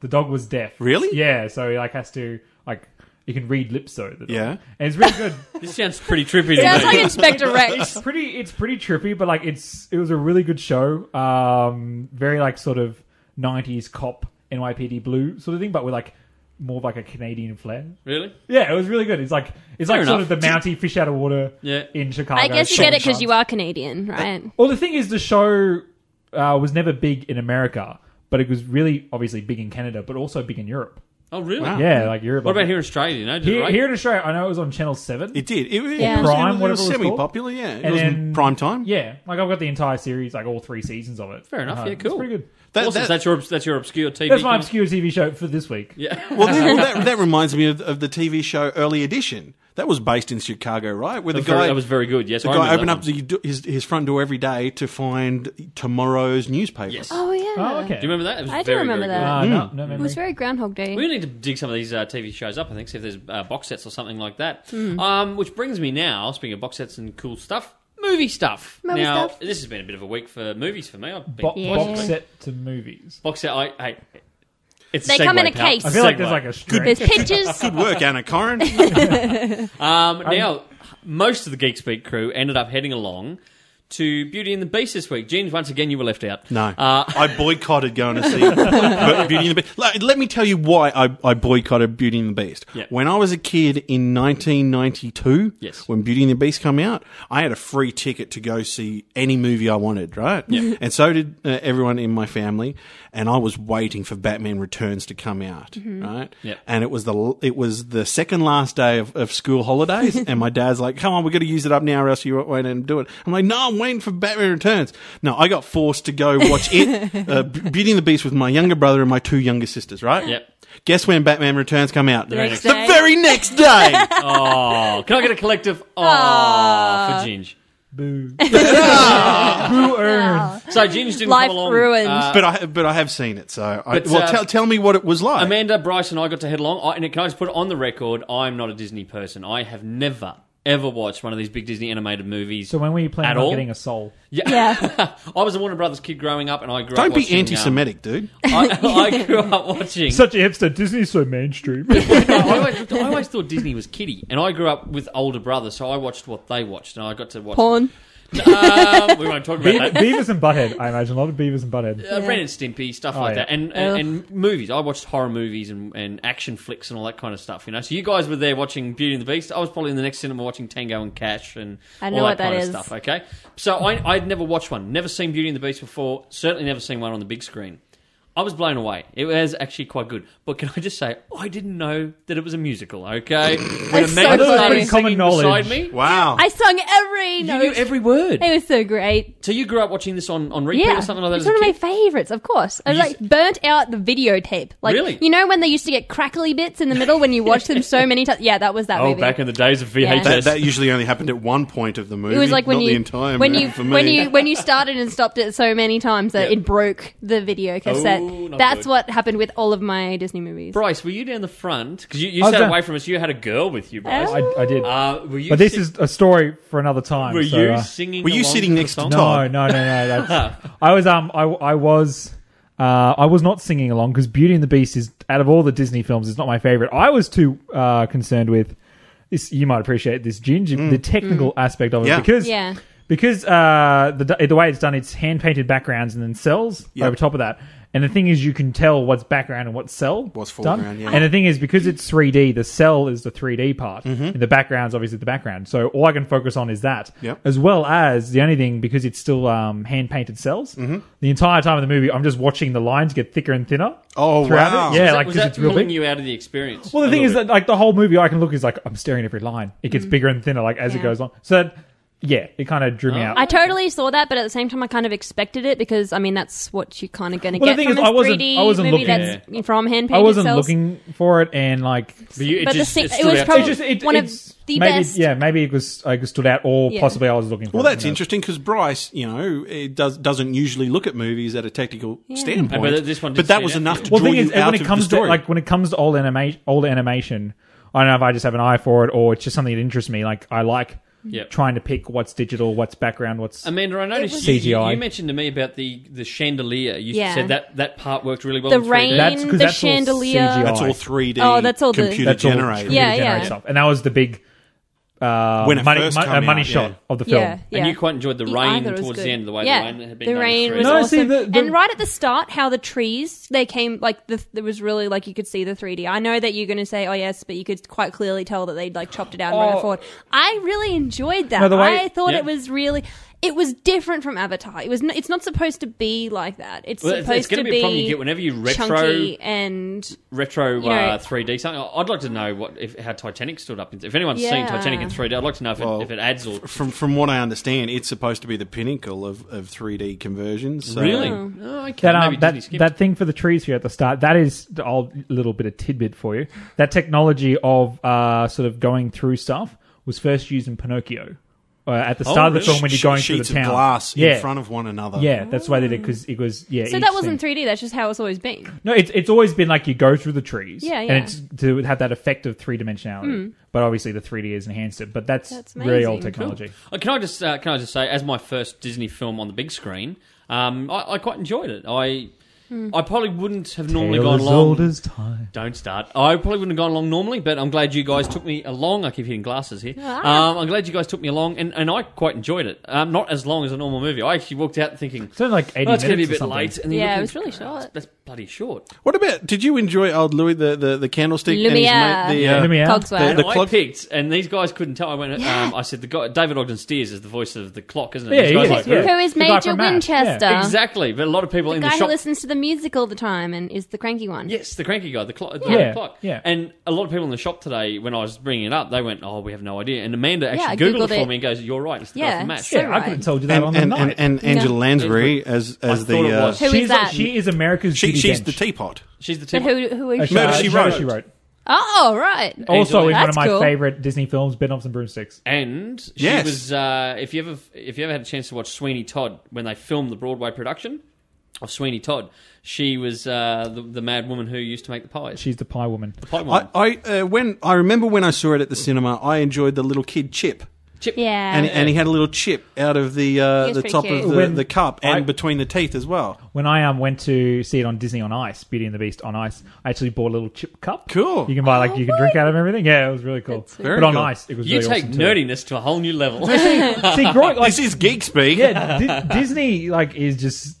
S2: The dog was deaf.
S4: Really?
S2: Yeah. So he like has to like you can read lips though. the dog.
S4: Yeah.
S2: and it's really good.
S1: This sounds pretty trippy to
S3: Sounds
S1: me.
S3: like Inspector Rex.
S2: it's pretty it's pretty trippy but like it's it was a really good show um very like sort of 90s cop nypd blue sort of thing but with like more of like a canadian flair
S1: really?
S2: yeah it was really good it's like it's like
S1: Fair
S2: sort of
S1: enough.
S2: the mountie fish out of water
S1: Yeah.
S2: in chicago
S3: I guess you get it because
S2: Sean
S3: you are Canadian, right?
S2: well, the thing is, the show uh, was never big in America, but it was really obviously big in Canada, but also big in Europe.
S1: Oh, really?
S4: Wow.
S2: Yeah, like Europe.
S1: What about here in Australia? You know, did it
S2: Here,
S1: rate?
S2: here in Australia, I know it was on Channel Seven.
S4: It did. It, it
S3: Yeah.
S4: was,
S2: Prime,
S4: it
S2: whatever it
S4: was,
S2: was called.
S4: semi-popular. Yeah, it
S2: And
S4: was
S2: then-
S4: prime time.
S2: yeah, like I've got the entire series, like all three seasons of it. Uh-huh.
S1: Fair enough, yeah,
S2: it's
S1: cool.
S2: pretty good.
S4: That-
S1: awesome.
S4: that-
S1: so that's your that's your obscure TV.
S2: That's my
S1: coming-
S2: obscure TV show for this week.
S1: Yeah.
S4: Well, that, well, that, that reminds me of, of the TV show Early Edition. That was based in Chicago, right? Where
S1: That
S4: the
S1: was very-
S4: guy
S1: that was very good. Yes,
S4: the
S1: I
S4: guy
S1: remember
S4: opened
S1: that one.
S4: up the, do- his his front door every day to find tomorrow's newspaper.
S1: Yes.
S3: Oh yeah.
S2: Oh, okay.
S1: Do you remember that? It was
S3: I do
S1: very,
S3: remember
S1: very good.
S3: that.
S2: Uh, no, no
S3: It
S2: memory.
S3: was very Groundhog Day.
S1: We need to dig some of these uh, TV shows up, I think, see if there's uh, box sets or something like that.
S3: Hmm.
S1: Um, which brings me now, speaking of box sets and cool stuff, movie stuff.
S3: Movie
S1: now,
S3: stuff.
S1: this has been a bit of a week for movies for me. I've been
S2: Bo-
S3: Yeah.
S2: Box set to movies.
S1: Box set, I, hey, it's
S3: They
S1: a
S3: come in
S1: segue,
S3: a
S1: pal.
S3: case.
S2: I feel like
S1: Segue.
S2: there's like a
S3: There's
S2: stretch.
S3: pictures.
S4: Good work, Anna Corrin.
S1: Um, now, most of the Geek Speak crew ended up heading along to Beauty and the Beast this week. Jeans, once again, you were left out.
S4: No,
S1: Uh,
S4: I boycotted going to see Beauty and the Beast. Let, let me tell you why I, I boycotted Beauty and the Beast.
S1: Yeah.
S4: When I was a kid in 1992,
S1: Yes.
S4: when Beauty and the Beast came out, I had a free ticket to go see any movie I wanted, right? Yeah. and so did uh, everyone in my family, and I was waiting for Batman Returns to come out, right?
S1: Yeah.
S4: And it was the l- it was the second last day of, of school holidays, and my dad's like, "Come on, we're going to use it up now, or else you won't wait and do it." I'm like, "No, I'm waiting for Batman Returns." No, I got forced to go watch it, uh, B- Beauty and the Beast, with my younger brother and my two younger sisters, right?
S1: Yep.
S4: Guess when Batman Returns come out? The
S3: very next day.
S4: The very next day.
S1: oh, can I get a collective?
S3: Ah.
S1: Oh, for Ginge.
S2: Boo. Who earned?
S1: So Ginge didn't
S3: Life
S1: come along.
S3: ruined.
S1: Uh,
S4: but I but I have seen it, so I,
S1: But,
S4: well,
S1: uh,
S4: tell tell me what it was like.
S1: Amanda, Bryce, and I got to head along. I, and can I just put it on the record? I'm not a Disney person. I have never ever watched one of these big Disney animated movies.
S2: So when were you planning
S1: At
S2: on
S1: all?
S2: getting a soul?
S3: yeah.
S1: I was a Warner Brothers kid growing up, and I grew
S4: Don't
S1: up.
S4: be
S1: watching, um,
S4: anti-Semitic, dude.
S1: I, I grew up watching.
S2: Such a hipster. Disney's so mainstream.
S1: No, I, always, I always thought Disney was kiddie, and I grew up with older brothers, so I watched what they watched, and I got to watch.
S3: Porn.
S1: Um, we won't talk about that.
S2: Beavis and Butthead. I imagine a lot of Beavis and Butthead.
S1: uh, Ren and Stimpy stuff like
S2: yeah.
S1: that, and, and and movies. I watched horror movies and, and action flicks and all that kind of stuff. You know, so you guys were there watching Beauty and the Beast. I was probably in the next cinema watching Tango and Cash and
S3: I know
S1: all that
S3: what that
S1: kind
S3: is.
S1: of stuff. Okay, so I I'd never watched one, never seen Beauty and the Beast before. Certainly never seen one on the big screen. I was blown away. It was actually quite good. But can I just say, I didn't know that it was a musical. Okay, when
S3: That's so
S1: Amanda
S3: funny.
S1: started
S3: Pretty
S1: singing
S2: common knowledge.
S1: beside me,
S4: Wow.
S3: I sung every
S1: you
S3: note.
S1: knew every word.
S3: it was so great.
S1: So you grew up watching this on, on repeat
S3: Yeah,
S1: or something like that. as
S3: it's
S1: a
S3: one of my
S1: kid?
S3: favorites, of course. I like burnt out the videotape. Like
S1: Really?
S3: you know when they used to get crackly bits in the middle when you watched them so many times. Yeah, that was that
S1: Oh,
S3: movie.
S1: back in the days of VHS.
S4: that, that usually only happened at one point of the movie.
S3: it was like when
S4: not
S3: you
S4: the entire
S3: when
S4: movie
S3: you
S4: for me.
S3: when you when you started and stopped it so many times that it broke the video cassette.
S4: Oh,
S1: not
S3: That's
S1: good.
S3: what happened with all of my Disney movies.
S1: Bryce, were you down the front? Because you, you
S2: I was
S1: sat
S2: down-
S1: away from us. You had a girl with you, Bryce.
S2: I, I did.
S1: Uh, were you
S2: but this
S1: sit-
S2: is a story for another time.
S1: were
S2: so,
S1: you
S2: uh,
S1: singing?
S4: Were you
S1: along
S4: sitting
S1: the
S4: next to
S1: song?
S4: Tom?
S2: No, no, no, no. That's, I was um, I, I was, uh, I was not singing along because Beauty and the Beast is out of all the Disney films, it's not my favorite. I was too uh, concerned with this. You might appreciate this, Ginger, the technical aspect of it
S4: Mm. Yeah.
S2: because
S3: Yeah.
S2: because uh, the the way it's done, it's hand painted backgrounds and then cells
S4: Yep.
S2: over top of that. And the thing is, you can tell what's background and what's cell.
S4: What's
S2: done.
S4: foreground, yeah.
S2: And the thing is, because it's 3D, the cell is the 3D part,
S4: Mm-hmm.
S2: and the background's obviously the background. So all I can focus on is that,
S4: Yep.
S2: as well as the only thing because it's still um, hand painted cells.
S4: Mm-hmm.
S2: The entire time of the movie, I'm just watching the lines get thicker and thinner.
S4: Oh,
S2: throughout
S4: wow.
S2: It. Yeah,
S1: Was that,
S2: like
S1: was
S2: 'cause
S1: that
S2: it's real
S1: pulling
S2: big.
S1: you out of the experience?
S2: Well, the
S1: a
S2: thing
S1: little
S2: is
S1: bit?
S2: that like the whole movie, I can look is like I'm staring at every line. It gets bigger and thinner, like as
S3: Mm-hmm. Yeah.
S2: it
S3: Oh.
S2: goes on. So that, yeah, it kind of drew me out.
S3: I totally saw that, but at the same time, I kind of expected it because I mean that's what you kind of going to
S2: Well, the
S3: get
S2: thing
S3: from
S2: is,
S3: this
S2: I wasn't-
S3: 3D
S2: I wasn't
S3: movie
S2: looking-
S3: that's from hand
S2: I
S3: painted
S2: wasn't
S3: cells.
S2: looking for it, and like
S1: But you- it
S3: but the
S1: just-
S3: thing-
S1: it
S3: it
S1: stood
S3: was
S1: out.
S3: probably-
S2: it just it,
S3: one of
S2: it's-
S3: the
S2: maybe,
S3: best.
S2: Yeah, maybe it was I stood out, or
S3: Yeah.
S2: possibly I was looking for.
S4: Well,
S2: it,
S4: that's
S2: you know.
S4: interesting because Bryce, you know, it does doesn't usually look at movies at a technical standpoint.
S1: But this one did
S4: But that
S1: stand
S4: was
S1: out
S4: enough
S1: for
S4: to
S1: you.
S2: Well,
S4: draw
S2: thing is,
S4: you out
S2: when it
S4: of
S2: comes
S4: the story.
S2: to like when it comes to old animation, old animation, I don't know if I just have an eye for it, or it's just something that interests me. Like I like
S1: Yep.
S2: trying to pick what's digital, what's background, what's
S1: Amanda, I noticed
S2: was-
S1: you, you,
S2: CGI.
S1: you mentioned to me about the, the chandelier. You
S3: Yeah.
S1: said that, that part worked really well.
S3: The
S1: in 3D.
S3: rain.
S2: that's 'cause
S3: the
S2: that's all
S3: chandelier.
S2: CGI.
S4: That's all 3D
S3: Oh, that's all the-
S4: computer
S2: That's all
S4: generated.
S3: Yeah,
S2: computer generated
S3: yeah.
S2: stuff. And that was the big uh,
S4: When it
S2: money,
S4: first
S2: mon-
S4: came
S2: uh, money
S4: out,
S2: shot
S4: yeah.
S2: of the film.
S3: Yeah, yeah.
S1: And you quite enjoyed the
S3: Yeah, I
S1: rain
S3: thought it was
S1: towards
S3: good.
S1: the end, the way
S3: yeah.
S1: the rain had been
S3: the
S1: done in
S3: rain
S1: 3D.
S3: was
S2: No, I see
S3: awesome.
S2: the- the-
S3: and right at the start, how the trees they came like the, there was really like you could see the 3D. I know that you're going to say oh yes, but you could quite clearly tell that they'd like chopped it out and brought
S2: Oh.
S3: it forward. I really enjoyed that.
S2: No, the way-
S3: I thought
S1: Yeah.
S3: it was really. It was different from Avatar. It was. n it's not supposed to be like that. It's
S1: Well, it's
S3: supposed
S1: it's going to
S3: to
S1: be a problem you get whenever you retro
S3: chunky and
S1: retro
S3: You know-
S1: uh, 3D something. I'd like to know what if how Titanic stood up. If anyone's seen
S3: Yeah.
S1: Titanic in 3D, I'd like to know if,
S4: Well,
S1: it, if it adds or
S4: From from what I understand, it's supposed to be the pinnacle of, of 3D conversions. So
S1: really.
S3: Oh.
S1: Oh, okay, maybe
S2: That, um,
S1: Disney
S2: that,
S1: skipped.
S2: that thing for the trees here at the start, that is the old little bit of tidbit for you. That technology of uh, sort of going through stuff was first used in Pinocchio. Uh, at the
S1: Oh,
S2: start of the
S1: really?
S2: film when you're
S4: Sh-
S2: going through the
S4: sheets
S2: town.
S4: of glass
S2: yeah.
S4: in front of one another.
S2: Yeah, that's why they did it because it was, yeah.
S3: so
S2: each
S3: that wasn't
S2: thing.
S3: 3D. That's just how it's always been.
S2: No, it's it's always been like you go through the trees,
S3: Yeah, yeah. Hmm.
S2: and it's to have that effect of three dimensionality. But obviously, the three D has enhanced it. But that's,
S3: That's
S2: really old
S3: amazing.
S2: technology.
S1: Uh, Can I just uh, can I just say, as my first Disney film on the big screen, um, I, I quite enjoyed it. I
S3: Hmm.
S1: I probably wouldn't have normally gone along.
S2: time.
S1: Don't start. I probably wouldn't have gone along normally, but I'm glad you guys took me along. I keep hitting glasses here.
S3: Ah.
S1: Um, I'm glad you guys took me along, and, and I quite enjoyed it. Um, not as long as a normal movie. I actually walked out thinking,
S2: It's only like eighty
S1: oh, it's
S2: minutes.
S1: going to be a
S2: or
S1: bit
S2: something.
S1: late. And then
S3: Yeah,
S1: you
S3: it
S1: look
S3: was really
S1: and- oh,
S3: short.
S1: that's- That's bloody short.
S4: What about? Did you enjoy old Louis the the, the candlestick?
S3: Lumiere.
S4: And his mate, the,
S2: Yeah.
S4: uh,
S2: Lumiere.
S3: Cogswell.
S1: And
S4: The- the
S1: I
S4: clock-
S1: picked, and these guys couldn't tell. I went.
S3: Yeah.
S1: Um, I said, "The guy, David Ogden Steers is the voice of the clock, isn't it?"
S2: Yeah,
S1: These
S2: he
S1: guys
S2: is,
S1: like,
S2: yeah.
S3: Who is
S2: The guy
S3: Major
S2: from Mad.
S3: Winchester?
S1: Exactly, but a lot of people
S3: The
S1: in
S3: guy
S1: the shop.
S3: who listens to the music all the time and is the cranky one.
S1: Yes, the cranky guy, the clock, the
S2: Yeah,
S1: clock.
S2: yeah.
S1: And a lot of people in the shop today, when I was bringing it up, they went, "Oh, we have no idea." And Amanda
S3: Yeah, I
S1: actually googled,
S3: Googled
S1: it for
S3: it.
S1: me and goes, "You're right, it's the guy
S3: Yeah,
S1: from Match."
S3: so-
S2: Yeah, I could have told you that
S4: and,
S2: on the
S4: and,
S2: night.
S4: and, and Angela Lansbury as as
S1: I
S4: the
S1: thought it
S4: uh,
S1: was.
S3: Who
S2: she's
S3: is that?
S2: she is America's. Judy
S4: she, she's
S2: Dench.
S4: the teapot.
S1: She's the
S3: But
S1: tip.
S3: who, who is
S2: A
S3: she?
S4: Murder,
S2: show-
S4: She
S2: a show
S4: Wrote.
S2: She wrote.
S3: Oh, right.
S2: Also, in one
S3: That's
S2: of my
S3: cool.
S2: favorite Disney films, Bedknobs and Broomsticks.
S1: And she
S4: Yes.
S1: was. Uh, if you ever, if you ever had a chance to watch Sweeney Todd when they filmed the Broadway production of Sweeney Todd, she was uh, the, the mad woman who used to make the pies.
S2: She's the pie woman.
S1: the pie woman.
S4: I, I uh, when I remember when I saw it at the cinema, I enjoyed the little kid Chip,
S1: Chip.
S3: Yeah.
S4: and, and he had a little chip out of the uh,
S3: was
S4: the
S3: pretty
S4: top
S3: cute.
S4: of the,
S2: When
S4: the cup and
S2: I-
S4: between the teeth as well.
S2: When I um went to see it on Disney on Ice, Beauty and the Beast on Ice, I actually bought a little chip cup.
S4: Cool.
S2: You can buy like
S3: Oh
S2: you can
S3: my-
S2: drink out of everything. Yeah, it was really cool.
S3: That's sweet.
S2: But
S4: Very
S2: on
S4: cool.
S2: ice, it was.
S1: You
S2: really
S1: take
S2: awesome too.
S1: nerdiness to a whole new level.
S2: See, growing, like,
S4: This is geek speak.
S2: yeah, Di- Disney like is just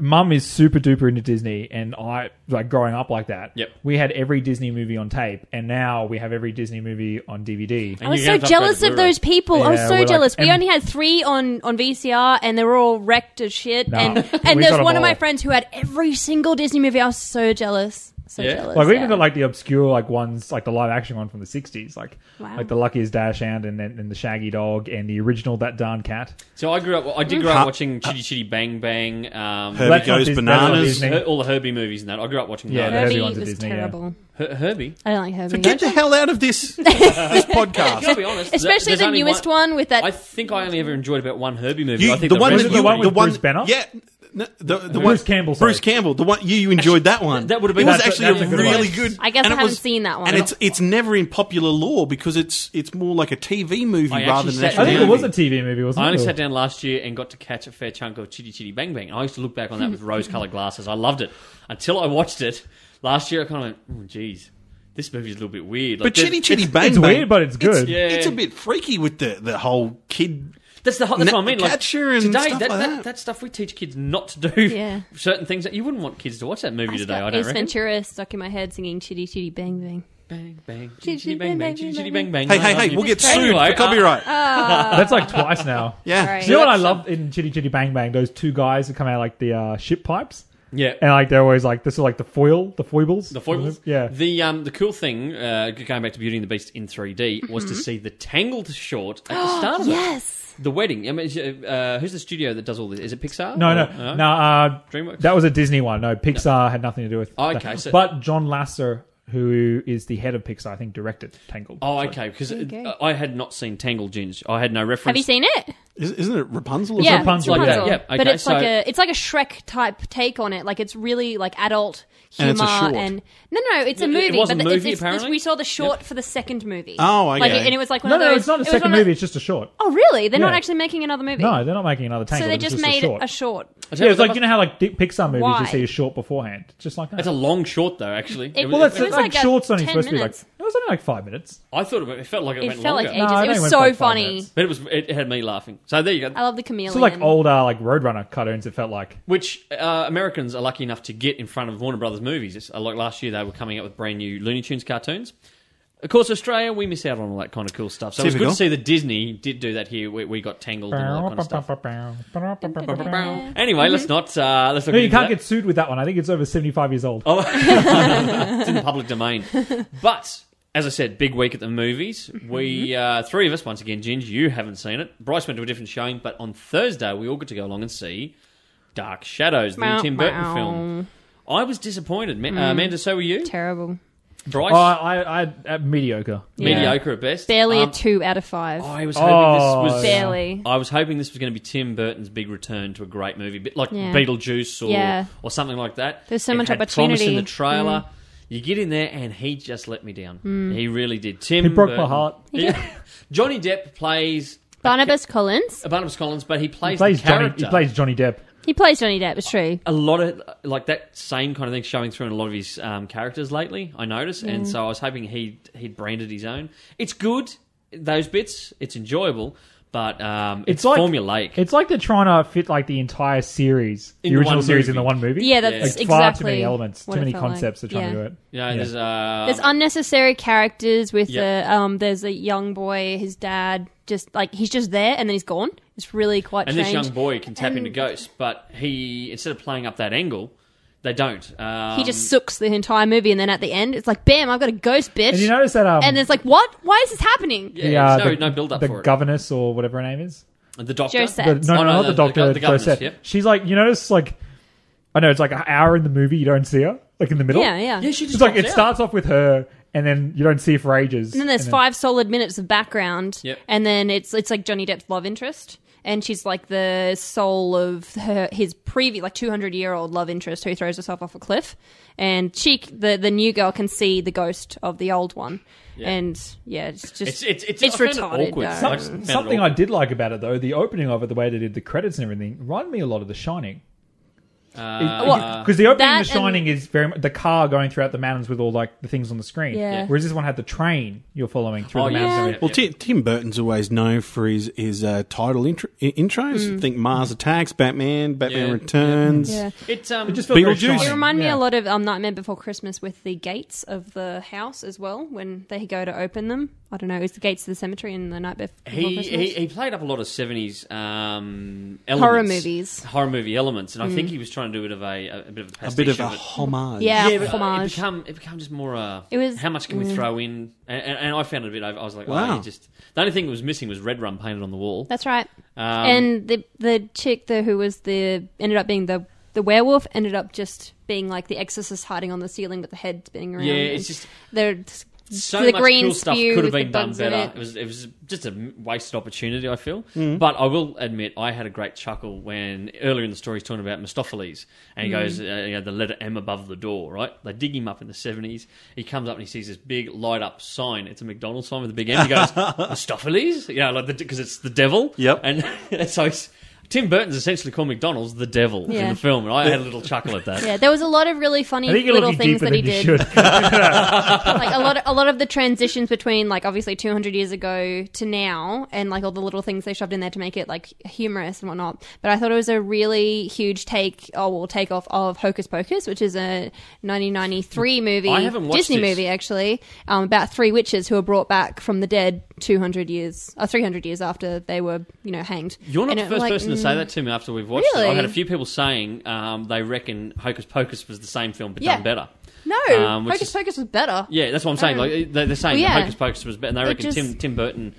S2: mum is super duper into Disney, and I like growing up like that.
S1: Yep.
S2: we had every Disney movie on tape, and now we have every Disney movie on DVD.
S3: I was
S1: you're
S3: so
S1: gonna have to upgrade
S3: jealous
S1: the
S3: of those people. I was
S2: Yeah,
S3: so
S2: we're like-
S3: jealous. we
S2: and-
S3: only had three on, on VCR, and they were all wrecked as shit.
S2: Nah,
S3: and
S2: we
S3: and there's
S2: got 'em
S3: one of my
S2: all.
S3: friends who had every single Disney movie. I was so jealous. So
S1: Yeah.
S3: jealous.
S2: Like we even
S3: yeah.
S2: got like the obscure like ones, like the live action one from the '60s, like
S3: Wow.
S2: like the Luckiest Dash Hound and then and the Shaggy Dog and the original That Darn Cat.
S1: so I grew up. I did grow up
S4: Huh.
S1: watching Chitty Chitty Bang Bang. Um,
S4: Herbie
S2: That's not
S4: goes
S2: Dis- that's not
S4: bananas.
S2: Disney.
S1: Her- all the Herbie movies and that. I grew up watching
S2: Yeah,
S1: yeah,
S2: the
S1: those.
S2: Herbie
S3: Herbie
S2: ones at
S3: was
S2: Disney, yeah.
S3: terrible.
S1: Her- Herbie.
S3: I don't like Herbie.
S4: Get the hell out of this this
S1: I'll
S4: podcast.
S1: be honest.
S3: Especially
S1: there's
S3: the
S1: only
S3: newest one, with that.
S1: I think I only ever enjoyed about one Herbie movie.
S4: You-
S1: I think
S4: the one
S1: rest
S4: that
S1: were
S4: you,
S2: one
S1: really-
S4: the
S2: with
S4: one,
S2: Bruce Banner?
S4: yeah, no, the, the
S2: Bruce
S4: one-
S2: Campbell, sorry.
S4: Bruce Campbell, the one you enjoyed that one.
S1: That would've been-
S4: it was
S1: that's a- that's
S4: actually a
S1: a good
S4: really
S1: one.
S4: good.
S3: I guess
S4: and
S3: I
S4: it
S3: haven't
S4: was-
S3: seen that one.
S4: and it's it's never in popular lore because it's it's more like a TV movie
S1: I
S4: rather
S1: actually
S4: than
S1: sat
S4: actually
S2: I think it
S1: Movie.
S2: was a TV movie, wasn't
S1: I
S4: Oh.
S1: only
S2: it?
S1: sat down last year and got to catch a fair chunk of Chitty Chitty Bang Bang. I used to look back on that with rose-coloured glasses. I loved it until I watched it last year. I kind of went, oh, "Geez, this movie's a little bit weird." Like,
S4: But
S1: there's-
S4: Chitty Chitty Bang
S2: it's
S4: Bang,
S2: weird, but it's good.
S1: Yeah.
S4: It's a bit freaky with the the whole kid.
S1: That's the ho- that's
S4: Net
S1: what I mean. Like
S4: catcher and
S1: today,
S4: stuff
S1: that,
S4: like
S1: that,
S4: that.
S1: stuff we teach kids not to do.
S3: Yeah.
S1: certain things that you wouldn't want kids to watch that movie
S3: I just
S1: today.
S3: got
S1: I don't
S3: Ace
S1: reckon.
S3: Ventura stuck in my head singing "Chitty Chitty Bang Bang."
S1: Bang bang, chitty chitty bang bang, chitty chitty bang bang.
S4: Hey
S1: I
S4: hey
S1: love
S4: hey,
S1: you.
S4: we'll get sued
S1: Anyway, uh,
S4: for copyright.
S2: That's like twice now.
S4: yeah,
S3: Oh, Sorry.
S2: Do you know what I
S1: That's
S2: love in Chitty Chitty Bang Bang? Those two guys that come out of, like the uh, ship pipes,
S1: Yeah.
S2: and like they're always like this is like the foil, the foibles,
S1: The foibles.
S2: Yeah,
S1: The um the cool thing, uh, going back to Beauty and the Beast in 3D, was to see the Tangled short at the start of it.
S3: Yes.
S1: The wedding. I mean, uh, who's the studio that does all this? Is it Pixar?
S2: no, no,
S1: Or-
S2: no. Uh,
S1: Uh-huh. DreamWorks.
S2: That was a Disney one. No, Pixar had nothing to do with.
S1: Oh,
S2: that.
S1: okay, so-
S2: but John Lasser who is the head of Pixar, I think, directed Tangled.
S1: Oh,
S2: So-
S1: okay. Because
S3: There you go.
S1: I had not seen Tangled Ginge. I had no reference.
S3: Have you seen it?
S4: Is, isn't it Rapunzel? Or
S3: yeah,
S4: something?
S2: Rapunzel,
S3: It's
S2: yeah.
S3: Rapunzel.
S1: Yeah,
S3: but
S1: okay,
S3: it's like
S1: so-
S3: a it's like a Shrek type take on it. Like it's really like adult
S4: And
S3: humor
S4: it's a short.
S3: no, no, it's a
S1: It- it
S3: movie.
S1: wasn't
S3: but
S1: a
S3: it's,
S1: movie,
S3: it's, it's,
S1: apparently?
S3: we saw the short for the second movie.
S4: Oh, okay.
S3: Like, it- and it was like one
S2: No,
S3: of those.
S2: no, it's not a
S3: it was
S2: second
S3: one of-
S2: movie. It's just a short.
S3: oh, really? They're not
S2: Yeah.
S3: actually making another movie.
S2: No, they're not making another
S3: so
S2: Tangled.
S3: they
S2: it's
S3: just
S2: just
S3: made
S2: a short.
S3: a short.
S1: I tell
S2: yeah,
S1: you
S2: it's
S1: what,
S2: like you know how like di- Pixar movies
S3: Why?
S2: you see a short beforehand, just like that.
S1: That's a long short though. Actually,
S3: It-
S2: well, that's
S3: it was
S2: like,
S3: like a
S2: shorts only
S3: 10
S2: supposed
S3: minutes.
S2: to be like. It was only like five minutes.
S1: I thought it, went- it felt like it,
S3: It
S1: went
S3: felt
S1: longer,
S3: like ages.
S2: No, I
S3: it
S2: think
S3: was
S2: it
S3: so
S2: went for like five
S3: funny.
S2: minutes.
S1: but it was it had me laughing. So there you go.
S3: I love the chameleon.
S2: So like older like Roadrunner cartoons. It felt like
S1: Which uh, Americans are lucky enough to get in front of Warner Brothers movies. It's, uh, like last year, they were coming out with brand new Looney Tunes cartoons. Of course, Australia, we miss out on all that kind of cool stuff. So it was good
S4: Typical.
S1: to see that Disney did do that here. We, we got tangled and all that kind of stuff.
S2: no,
S1: Anyway, let's
S3: Mm-hmm.
S1: not. Uh, let's not
S2: you can't
S1: into
S2: get sued with that one. I think it's over seventy-five years old.
S1: Oh, that. It's in the public domain. But as I said, big week at the movies.
S3: Mm-hmm.
S1: We uh, three of us once again. Ginge, you haven't seen it. Bryce went to a different showing, but on Thursday we all got to go along and see Dark Shadows, the new Tim Burton film. I was disappointed. Ma-
S3: Mm-hmm.
S1: uh, Amanda, so were you.
S3: Terrible.
S1: Bryce.
S2: Oh, I, I, I uh, mediocre.
S3: Yeah.
S1: mediocre at best.
S3: Barely
S1: Um,
S3: a two out of five.
S1: I was
S2: Oh,
S1: hoping this was
S2: yeah.
S3: Barely.
S1: I was hoping this was going to be Tim Burton's big return to a great movie, bit like
S3: Yeah.
S1: Beetlejuice or
S3: Yeah.
S1: or something like that.
S3: There's so
S1: It
S3: much
S1: had Promise in
S3: opportunity. Mm.
S1: the trailer. You get in there, and he just let me down.
S3: Mm.
S1: He really did. Tim
S2: He broke my
S1: Burton-
S2: heart.
S1: Yeah. Johnny Depp plays
S3: Barnabas Collins.
S1: uh, Barnabas Collins, but he plays,
S2: He plays
S1: the
S2: Johnny.
S1: character.
S2: He plays Johnny Depp.
S3: He plays Johnny Depp. It's true.
S1: a lot of like that same kind of thing showing through in a lot of his um, characters lately. I noticed,
S3: Mm.
S1: and so I was hoping he he'd branded his own. It's good those bits. It's enjoyable, but um, it's,
S2: It's like-
S1: formulaic.
S2: It's like they're trying to fit like the entire series,
S1: In
S2: the
S1: the
S2: original
S1: one
S2: series, in
S1: movie.
S2: the one movie.
S3: Yeah, that's
S1: Like,
S2: It's
S3: exactly.
S2: far too many elements,
S3: what
S2: too
S3: it
S2: many
S3: felt like.
S2: concepts. They're trying
S3: Yeah.
S2: to do it.
S1: you know, there's uh,
S3: There's unnecessary characters with
S1: Yeah.
S3: the um. There's a young boy, his dad, just like he's just there and then he's gone. It's really quite
S1: and
S3: strange.
S1: this young boy can tap into ghosts, but he instead of playing up that angle, they don't. Um,
S3: he just sooks the entire movie, and then at the end, it's like, bam! I've got a ghost, bitch.
S2: And you notice that um,
S3: And it's like, what? Why is this happening?
S1: yeah,
S2: uh,
S1: there's no, no build up
S2: the
S1: for it.
S2: governess or whatever her name is.
S1: the doctor,
S3: Joseph.
S2: The,
S3: That's-
S2: no,
S1: Oh,
S2: no,
S1: no,
S2: not
S1: the-
S2: the doctor.
S1: the- the governess,
S2: Josette.
S1: yep.
S2: She's like, you notice, like, I know it's like an hour in the movie, you don't see her, like in the middle.
S3: Yeah, yeah.
S1: Yeah, she just
S2: It's like
S1: pops
S2: it
S1: out.
S2: starts off with her, and then you don't see her for ages.
S3: And then there's five solid minutes of background,
S1: Yep.
S3: and then it's it's like Johnny Depp's love interest, and she's like the soul of her his previous like 200 year old love interest who throws herself off a cliff, and she the the new girl can see the ghost of the old one,
S1: Yeah.
S3: and yeah, it's just
S1: It's it's it's,
S3: It's
S1: I found it
S3: retarded,
S1: awkward.
S3: though.
S1: I
S2: Some-
S1: just found it
S2: something I
S1: awkward.
S2: did like about it though, the opening of it, the way they did the credits and everything, reminded me a lot of The Shining.
S1: Uh,
S2: Because the opening
S3: That
S2: of The Shining is very mu- the car going throughout the mountains with all like the things on the screen.
S3: Yeah.
S2: Whereas this one had the train you're following through
S1: Oh,
S2: the
S1: yeah.
S2: mountains. and
S1: Yeah.
S2: everything.
S4: Well, Ti- Tim Burton's always known for his his uh, title intro, i- intros. Think Mars Attacks, Batman, Batman
S1: Yeah.
S4: Returns.
S3: Mm. yeah.
S1: It's um,
S2: It just felt very
S4: Beetlejuice.
S2: Shining.
S3: It reminded me
S2: Yeah.
S3: a lot of um, Nightmare Before Christmas with the gates of the house as well when they go to open them. I don't know, it's the gates of the cemetery in the night Bef- before
S1: he,
S3: Christmas.
S1: he he played up a lot of seventies um,
S3: Horror
S1: elements.
S3: movies. Mm.
S1: horror movie elements, and I think he was trying to do a bit of a a, a bit of a,
S4: A
S1: pastiche
S4: bit of a
S1: it.
S4: homage.
S3: yeah,
S1: Yeah, but uh, it
S3: homage.
S1: become it become just more. Uh,
S3: It was- mm.
S1: how much can we throw in? And, and, and I found it a bit. over. I was like, wow.
S4: Wow.
S1: oh, you just the only thing that was missing was red rum painted on the wall.
S3: That's right.
S1: Um,
S3: and the the chick the who was the ended up being the the werewolf ended up just being like the exorcist hiding on the ceiling with the head spinning around.
S1: Yeah,
S3: and
S1: it's just-
S3: the
S1: so
S3: the
S1: much
S3: green
S1: cool stuff
S3: spew
S1: could have
S3: with
S1: been
S3: the
S1: done
S3: bugs in
S1: better.
S3: it.
S1: It. was it was just a m- wasted opportunity. I feel, but I will admit I had a great chuckle when earlier in the story he's talking about Mistopheles and he goes, uh, you know, the letter M above the door. Right, they dig him up in the seventies. He comes up and he sees this big light up sign. It's a McDonald's sign with a big M. He goes, Mistopheles, yeah, like because it's the devil.
S4: Yep.
S1: and so. It's, Tim Burton's essentially called McDonald's the devil in
S3: Yeah.
S1: the film, and I had a little chuckle at that.
S3: Yeah, there was a lot of really funny
S2: I think you're
S3: little
S2: looking
S3: things
S2: deeper
S3: that he
S2: than
S3: did.
S2: you should.
S3: like a lot, of, a lot of the transitions between like obviously 200 years ago to now, and like all the little things they shoved in there to make it like humorous and whatnot. But I thought it was a really huge take, or well, take off of Hocus Pocus, which is a 1993 movie,
S1: I haven't watched
S3: Disney
S1: this.
S3: movie actually, um, about three witches who were brought back from the dead 200 years or 300 years after they were you know hanged.
S1: You're not
S3: And
S1: the
S3: it-
S1: first
S3: like,
S1: person to
S3: mm,
S1: say that to me after we've watched it. I
S3: Really?
S1: had a few people saying um, they reckon Hocus Pocus was the same film but
S3: Yeah.
S1: done better.
S3: No,
S1: Um, which
S3: Hocus
S1: is-
S3: Pocus was better.
S1: Yeah, that's what I'm saying.
S3: Oh.
S1: Like they- they're saying
S3: Well,
S1: that
S3: yeah.
S1: Hocus Pocus was better, and they
S3: It
S1: reckon
S3: just-
S1: Tim Tim Burton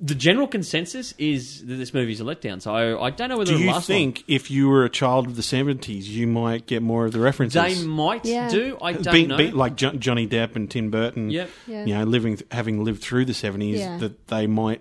S1: the general consensus is that this movie's a letdown. So I, I don't know whether
S4: Do
S1: the
S4: you
S1: last
S4: think if you were a child of the seventies, you might get more of the references?
S1: one, they might
S3: Yeah.
S1: do. I don't
S4: Being-
S1: know.
S4: being- like Jo- Johnny Depp and Tim Burton.
S1: Yep.
S3: Yeah.
S4: You know, living th- having lived through the seventies,
S3: Yeah.
S4: that they might.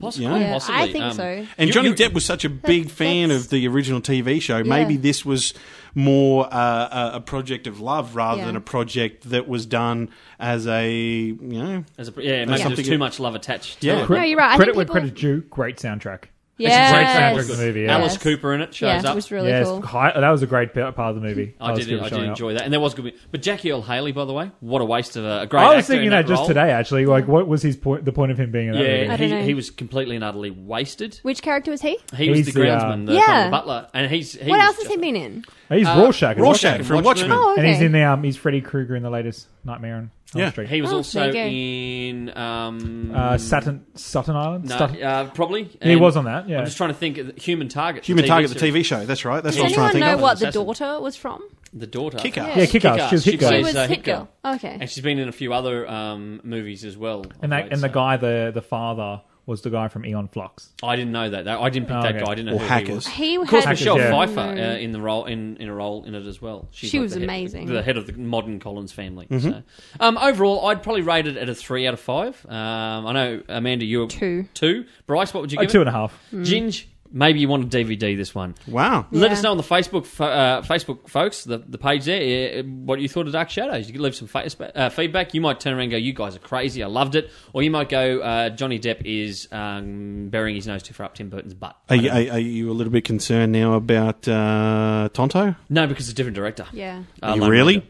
S1: possibly,
S4: Yeah.
S3: Yeah,
S1: possibly.
S3: I think
S1: Um,
S3: so.
S4: And
S1: you-
S4: Johnny
S1: you-
S4: Depp was such a big fan
S3: that's-
S4: of the original TV show. Maybe
S3: Yeah.
S4: this was more uh, a, a project of love rather
S3: Yeah.
S4: than a project that was done as a you know.
S1: As a, yeah, maybe
S4: something
S1: there's too
S4: that-
S1: much love attached.
S4: Yeah.
S1: to it.
S3: No, you're right. I
S2: credit
S3: think
S2: where
S3: people-
S2: credit's due. Great soundtrack.
S3: Yes.
S2: soundtrack of the movie, yeah.
S1: Alice
S3: Yes.
S1: Cooper in it shows
S3: yeah,
S1: up.
S3: it was really
S2: yes,
S3: cool.
S2: hi- that was a great part part of the movie.
S1: I
S2: was
S1: did.
S2: good
S1: I did
S2: showing up.
S1: enjoy that, and there was good. But Jackie Earl Haley, by the way, what a waste of a, a great.
S2: I was
S1: actor in
S2: thinking that just
S1: role.
S2: today, actually. Like, what was his point? The point of him being in that
S1: Yeah,
S2: movie?
S3: don't know.
S1: he, he was completely and utterly wasted.
S3: Which character was he?
S1: He was
S2: He's
S1: the
S2: the, uh,
S1: groundsman, the,
S3: Yeah.
S1: kind of butler, and he's. He
S3: what
S1: was
S3: else has
S1: just-
S3: he been in?
S2: He's
S1: Uh,
S2: Rorschach. in
S4: Rorschach from Watchmen.
S1: Watchmen.
S3: Oh, okay.
S2: and he's in the um, he's Freddy Krueger in the latest Nightmare on Elm
S4: Yeah.
S2: Street.
S1: He was
S3: Oh,
S1: also
S3: there
S1: in um,
S2: uh, Saturn Sutton Island.
S1: No,
S2: Sutton-
S1: uh, probably.
S2: he
S1: And
S2: was on that. Yeah,
S1: I'm just trying to think. of the- Human Target.
S4: Human Target,
S1: series.
S4: the TV show. That's right. That's
S3: Does
S4: what I was trying to
S3: anyone
S4: think
S3: know
S4: of.
S3: what the
S1: Assassin.
S3: daughter was from?
S1: The daughter.
S4: Kick Ass.
S2: yeah, kick ass. She was
S1: She
S2: hit
S1: plays-
S2: girl.
S3: She
S1: She's,
S3: was
S1: uh,
S3: Hit
S1: Hit Girl.
S3: Girl. Okay.
S1: And she's been in a few other um, movies as well.
S2: And
S1: I've
S2: that
S1: read,
S2: and the
S1: so.
S2: guy the the father was the guy from Eon Flux.
S1: I didn't know that. That- I didn't pick
S2: Oh,
S1: that
S2: okay.
S1: guy. I didn't know
S4: Or
S1: who he
S4: hackers.
S1: was.
S3: He
S1: Of course,
S3: had
S1: Michelle
S2: Yeah.
S1: Pfeiffer
S3: No.
S1: uh, in the role in, in a role in it as well. She's
S3: Mm. She
S1: like
S3: was
S1: the head-
S3: amazing.
S1: the head of the modern Collins family.
S4: Mm-hmm.
S1: So. Um, overall, I'd probably rate it at a three out of five. Um, I know Amanda, you were
S3: Two. Mm.
S1: Two. Bryce, what would you
S2: Oh,
S1: give
S2: two
S1: it?
S2: and a half.
S1: Ginge, maybe you want a DVD this one.
S4: Wow.
S1: Let
S3: Yeah.
S1: us know on the Facebook, fo- uh, Facebook folks, the, the page there, uh, what you thought of Dark Shadows. You could leave some fa- uh, feedback. You might turn around and go, "You guys are crazy. I loved it," or you might go, uh, "Johnny Depp is um, burying his nose too far up Tim Burton's butt."
S4: Are you, are, are you a little bit concerned now about uh, Tonto?
S1: No, because it's a different director.
S3: Yeah.
S1: Uh,
S4: You
S1: Lone
S4: really?
S1: Ranger.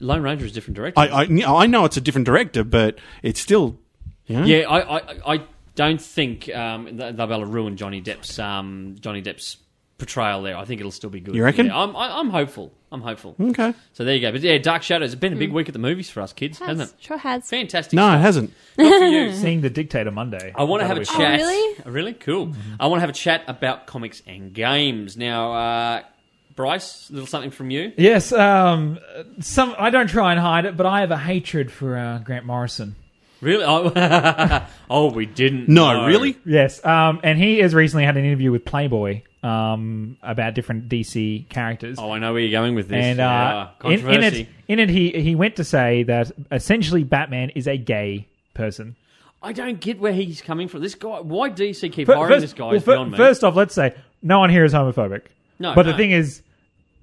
S1: Lone Ranger is a different director.
S4: I, I I know it's a different director, but it's still. You know,
S1: yeah, I, I, I don't think um, th- they'll be able to ruin Johnny Depp's um, Johnny Depp's portrayal there. I think it'll still be good.
S4: You reckon? Hmm.
S1: Yeah, I'm, I, I'm hopeful. I'm hopeful.
S4: Okay.
S1: So there you go. But yeah, Dark Shadows. It's been a big week at the movies for us kids,
S3: Has.
S1: hasn't it?
S3: Sure has.
S1: Fantastic.
S4: No, it hasn't.
S1: Good for you.
S2: Seeing the Dictator Monday.
S1: I want to have a
S2: That'll be
S1: chat.
S3: really?
S1: Really? Cool.
S4: Mm-hmm.
S1: I want to have a chat about comics and games. Now, uh, Bryce, a little something from you.
S2: Yes, um, some I don't try and hide it, but I have a hatred for uh, Grant Morrison.
S1: Really? Oh, oh we didn't.
S4: No,
S1: know.
S4: really?
S2: Yes, um, and he has recently had an interview with Playboy um, about different DC characters.
S1: Oh, I know where you're going with this.
S2: and uh,
S1: yeah,
S2: in, in
S1: controversy.
S2: it, in it, he he went to say that essentially Batman is a gay person.
S1: I don't get where he's coming from. This guy. Why DC keep
S2: Fir-
S1: hiring this guy?
S2: well,
S1: is
S2: fir-
S1: beyond me.
S2: first off, let's say no one here is homophobic.
S1: No,
S2: but
S1: no.
S2: the thing is,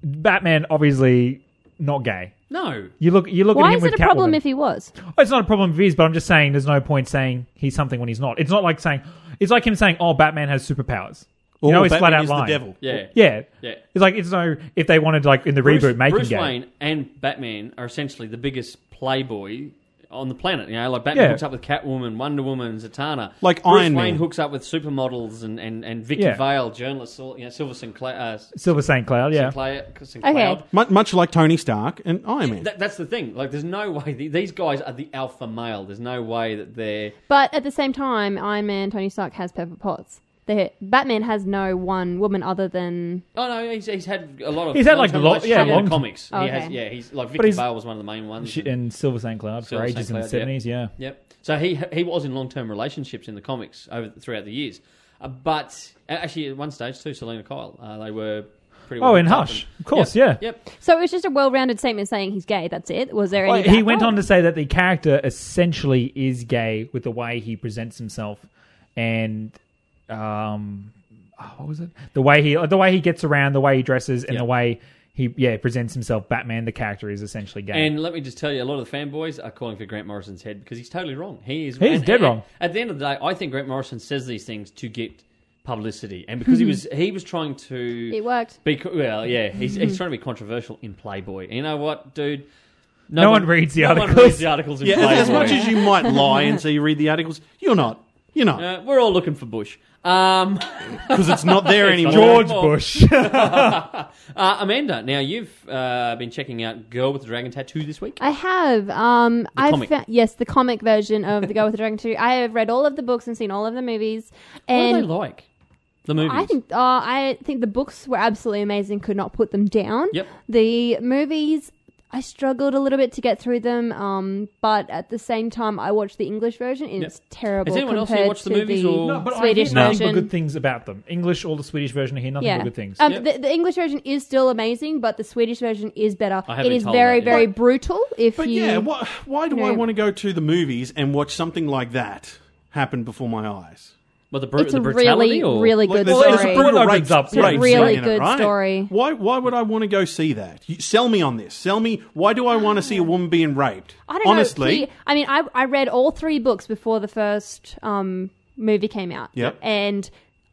S2: Batman obviously not gay.
S1: no.
S2: You look, you look at
S3: Why
S2: him
S3: is
S2: with
S3: it a problem
S2: Catwoman.
S3: if he was?
S2: Oh, It's not a problem if he is, but I'm just saying there's no point saying he's something when he's not. It's not like saying it's like him saying, "Oh, Batman has superpowers." You know,
S4: Or
S2: he's
S4: Batman
S2: flat out
S4: Oh, is
S2: lying.
S4: The devil.
S1: Yeah.
S2: Yeah.
S1: Yeah.
S2: It's like it's no if they wanted like in the reboot make
S1: Bruce
S2: him gay.
S1: Wayne and Batman are essentially the biggest playboy on the planet. You know, like Batman
S2: Yeah.
S1: hooks up with Catwoman, Wonder Woman, Zatanna.
S4: Like
S1: Bruce
S4: Iron
S1: Wayne
S4: Man.
S1: hooks up with supermodels and and and Vicky
S2: Yeah.
S1: Vale, journalists, all- you know, Silver Sinclair. Uh,
S2: Silver St. Cloud, yeah.
S1: Sinclair, Sinclair.
S3: Okay.
S4: Mu- much like Tony Stark and Iron Man.
S1: That, that's the thing. Like, there's no way the, these guys are the alpha male. There's no way that they're.
S3: But at the same time, Iron Man, Tony Stark has Pepper Potts. They, Batman has no one woman other than
S1: Oh no, he's, he's had a lot of.
S2: He's had, like,
S1: long-term
S2: lo-
S1: relationships
S2: yeah,
S1: in the
S2: long-
S1: comics.
S3: Okay.
S1: He has, yeah, he's like Vicky
S2: he's- Oh,
S1: Vale was one of the main ones.
S2: She- and Silver St. Cloud for
S1: Silver St.
S2: ages in the
S1: Cloud, yeah.
S2: seventies, yeah.
S1: Yep. So he he was in long term relationships in the comics over throughout the years, uh, but actually at one stage too, Selena Kyle, uh, they were pretty. Well
S2: Oh, in
S1: hooked up
S2: Hush.
S1: and-
S2: Of course,
S1: Yep,
S2: yeah.
S1: Yep.
S3: So it was just a well-rounded statement saying he's gay. That's it. Was there
S2: Well,
S3: any?
S2: he went on to say that the character essentially is gay with the way he presents himself and um oh, what was it? The way he the way he gets around, the way he dresses and
S1: Yeah.
S2: the way he yeah, presents himself Batman the character is essentially gay.
S1: And let me just tell you, a lot of the fanboys are calling for Grant Morrison's head because he's totally wrong. He is.
S2: He's
S1: and-
S2: dead
S1: and-
S2: wrong.
S1: At the end of the day, I think Grant Morrison says these things to get publicity, and because he was he was trying to.
S3: It worked.
S1: Be, well, yeah, he's, he's trying to be controversial in Playboy. You know what, dude?
S2: No one reads the
S1: no
S2: articles.
S1: One reads the articles in
S4: Yeah,
S1: Playboy.
S4: as, as much as you might lie and say you read the articles, you're not. You're not.
S1: Uh, we're all looking for Bush. Um,
S4: Because it's not there
S1: It's not
S4: anymore.
S1: there.
S2: George
S1: Well-
S2: Bush.
S1: Uh, Amanda, now you've uh, been checking out Girl with the Dragon Tattoo this week.
S3: I have. Um, I
S1: comic.
S3: fa- yes, the comic version of the Girl with the Dragon Tattoo. I have read all of the books and seen all of the movies.
S1: what do
S3: And
S1: they like? The movies.
S3: I think uh, I think the books were absolutely amazing. Could not put them down.
S1: Yep.
S3: The movies. I struggled a little bit to get through them, um, but at the same time, I watched the English version and
S1: Yep.
S3: it's terrible.
S1: Has anyone else
S3: compared
S1: watched the
S3: to
S1: movies or-
S2: No, but I
S3: Swedish
S2: hear nothing
S3: version?
S2: but good things about them. English or the Swedish version, I hear nothing
S3: yeah,
S2: but good things.
S3: Um,
S1: Yep.
S3: the, the English version is still amazing, but the Swedish version is better.
S1: I have
S3: It
S1: been
S3: is
S1: told
S3: very,
S1: that, yeah.
S3: very brutal. If
S4: But
S3: you,
S4: yeah, why, why do I
S3: No.
S4: want to go to the movies and watch something like that happen before my eyes?
S1: Well, the, bru-
S3: it's
S1: the
S3: a
S1: brutality
S3: really,
S1: or
S3: really
S4: Like,
S3: good
S4: there's- there's a
S3: story.
S4: brutal
S2: Well, it
S4: rape-
S2: opens up
S4: rape
S2: It's a
S4: scene
S3: really
S4: in it,
S3: good
S4: right?
S3: story.
S4: Why? Why would I want to go see that? You, sell me on this. Sell me. Why do I want to see a woman being raped?
S3: I don't
S4: Honestly,
S3: know. He- I mean, I, I read all three books before the first um, movie came out.
S4: Yep.
S3: And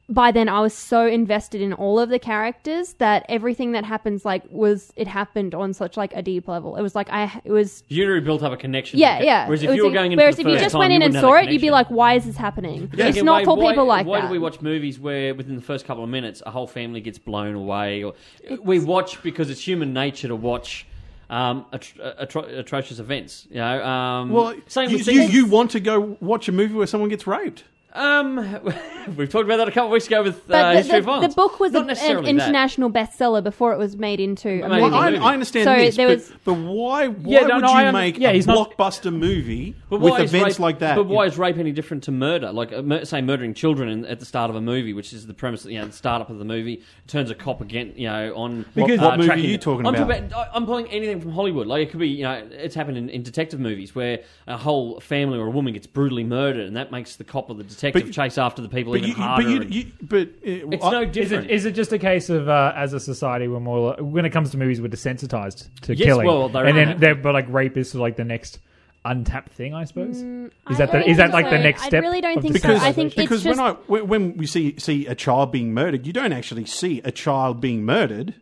S3: by then, I was so invested in all of the characters that everything that happens, like, was it happened on such like a deep level. It was like I it was.
S1: You already built up a connection.
S3: Yeah,
S1: Okay.
S3: yeah.
S1: Whereas
S3: It
S1: if
S3: was
S1: you were
S3: in-
S1: going in
S3: whereas
S1: for
S3: if
S1: the
S3: you
S1: first
S3: just
S1: time,
S3: went in and
S1: wouldn't have
S3: saw
S1: a
S3: it, you'd be
S1: connection.
S3: like, "Why is this happening?"
S1: Yeah,
S3: it's
S1: again,
S3: not
S1: why-
S3: for
S1: why-
S3: people like
S1: Why
S3: that.
S1: do we watch movies where within the first couple of minutes a whole family gets blown away? Or we watch because it's human nature to watch um, atro- atro- atrocious events. You know, um,
S4: well,
S1: same
S4: you,
S1: with
S4: you,
S1: things-
S4: you want to go watch a movie where someone gets raped?
S1: Um, we've talked about that a couple of weeks ago with uh,
S3: But
S1: History
S3: the,
S1: of
S3: the, the
S1: Violence.
S3: book was
S1: Not
S3: a- an
S1: necessarily that.
S3: international bestseller before it was made into a
S1: Well,
S3: movie.
S4: Well, I,
S1: movie.
S4: I understand
S3: So
S4: this,
S3: there
S4: but,
S3: was-
S4: but why? Why
S2: Yeah, no,
S4: would
S2: no,
S4: you
S2: I under-
S4: make
S2: yeah,
S4: a
S2: he's not-
S4: blockbuster movie
S1: But why
S4: with
S1: is
S4: events
S1: rape-
S4: like that?
S1: But why is rape any different to murder? Like, uh, mur- say, murdering children in, at the start of a movie, which is the premise, you know, the startup of the movie, turns a cop again, you know, on.
S2: Because-
S1: uh,
S4: What movie are
S1: tracking
S4: you
S1: them.
S4: talking
S1: I'm
S4: about?
S1: I- I'm pulling anything from Hollywood. Like, it could be, you know, it's happened in, in detective movies where a whole family or a woman gets brutally murdered, and that makes the cop or the detective
S4: But-
S1: chase after the people
S4: But
S1: even
S4: you,
S1: harder.
S4: but you,
S1: and-
S4: you, but uh,
S1: it's
S4: I-
S1: no
S2: Is
S1: different.
S2: it is it just a case of uh, as a society we're more when it comes to movies we're desensitized to
S1: Yes,
S2: killing,
S1: well, there
S2: and
S1: are.
S2: then they're, but like rape is sort of like the next untapped thing, I suppose. is
S3: Mm, I
S2: that the,
S3: don't
S2: is that
S3: think
S2: like the
S3: so.
S2: next
S3: I
S2: step?
S3: really don't
S2: of
S3: think so.
S4: because
S3: I think
S2: desensitization?
S3: it's
S4: because when
S3: just-
S4: I when, when we see see a child being murdered, you don't actually see a child being murdered.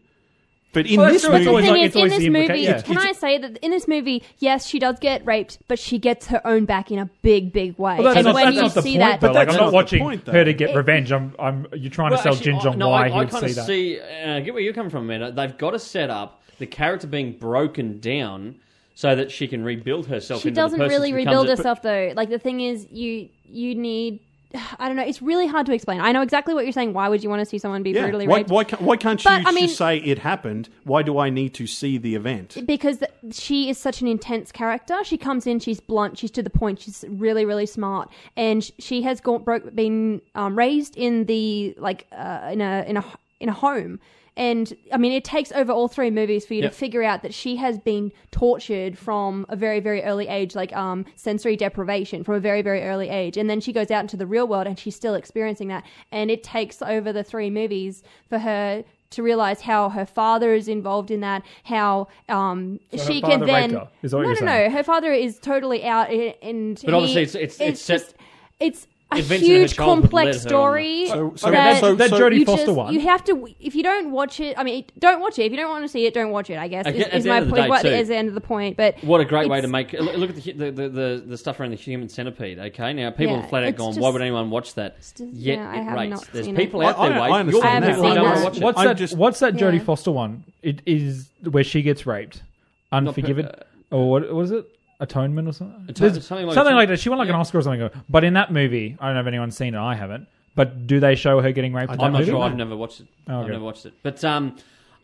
S4: But in
S2: Well,
S4: this
S2: that's true,
S4: movie,
S2: it's always
S3: the thing
S2: like-
S3: is,
S2: it's
S3: in
S2: always
S3: this
S2: the implica-
S3: movie,
S2: yeah.
S3: can I say that in this movie, yes, she does get raped, but she gets her own back in a big, big way.
S2: Well, that's
S3: and
S2: not,
S3: when
S2: that's
S3: you
S2: not the
S3: see
S2: point,
S3: that,
S2: though. Like,
S4: But
S2: I'm
S4: that's
S2: not
S4: not the
S2: watching
S4: point, though.
S2: her to get
S3: It-
S2: revenge. I'm, I'm, you're trying
S1: Well,
S2: to sell
S1: actually,
S2: Jin
S1: I-
S2: Jong
S1: no,
S2: why
S1: I,
S2: he
S1: I
S2: would
S1: kind
S2: see
S1: of
S2: that.
S1: see. And I get where you're coming from, Amanda. They've got to set up the character being broken down so that she can rebuild herself.
S3: she
S1: into the
S3: doesn't
S1: person
S3: really
S1: she becomes
S3: rebuild
S1: at-
S3: herself, though. Like, the thing is, you you need. I don't know. It's really hard to explain. I know exactly what you're saying. Why would you want to see someone be
S4: yeah,
S3: brutally
S4: why,
S3: raped?
S4: why can't, why can't
S3: But,
S4: you
S3: I mean-
S4: just say it happened? Why do I need to see the event?
S3: because th- she is such an intense character. She comes in, she's blunt, she's to the point, she's really, really smart, and sh- she has gone, broke, been um, raised in the like uh, in a in a h- in a home. And I mean, it takes over all three movies for you
S1: Yep.
S3: to figure out that she has been tortured from a very, very early age, like um, sensory deprivation from a very, very early age. And then she goes out into the real world and she's still experiencing that. And it takes over the three movies for her to realize how her father is involved in that, how um,
S2: her
S3: she
S2: father
S3: can then
S2: raped her, is what
S3: no,
S2: you're
S3: no, no.
S2: saying.
S3: Her father is totally out, i- and
S1: But
S3: he-
S1: obviously it's- it's- it's set-
S3: just- it's a
S1: events in her
S3: huge
S1: childhood led her
S3: complex
S1: on
S3: story.
S4: So- so-
S3: that,
S4: so- That so-
S2: Jodie
S3: you
S2: Foster
S3: just-
S2: one.
S3: You have to if you don't watch it. I mean, don't watch it if you don't want to see it. Don't watch it. I guess
S1: At
S3: is,
S1: the- at
S3: is
S1: the
S3: my
S1: end of the
S3: point.
S1: day,
S3: what
S1: too.
S3: is the end of the point? But
S1: What a great way to
S3: it's-
S1: make look, look at the, the, the, the, the stuff around the human centipede. Okay, now people
S3: Yeah,
S1: have flat out
S3: it's
S1: gone.
S3: just-
S1: Why would anyone watch that?
S3: just-
S1: Yet
S3: yeah, I
S1: it
S3: have
S1: rates.
S3: not
S1: There's
S3: seen
S1: people
S4: it.
S1: out there.
S4: I-
S1: Wade.
S4: I- I
S1: You're
S4: understand
S1: the
S3: that.
S1: people who
S3: I
S1: don't want to
S3: haven't
S1: watch
S3: seen
S1: it.
S2: What's
S4: I'm
S2: that?
S4: just-
S2: what's that Jodie
S3: Yeah.
S2: Foster one? It is where she gets raped, unforgiven,
S1: per-
S2: or what was it? Atonement or something?
S1: Atone-
S2: There's-
S1: something like
S2: something
S1: Atone-
S2: that. She won like
S1: Yeah.
S2: an Oscar or something. But in that movie, I don't know if anyone's seen it. I haven't. But do they show her getting raped? in
S1: I'm
S2: that
S1: not
S2: movie?
S1: sure. I've never watched it.
S2: Oh,
S1: I've
S2: okay.
S1: never watched it. But um,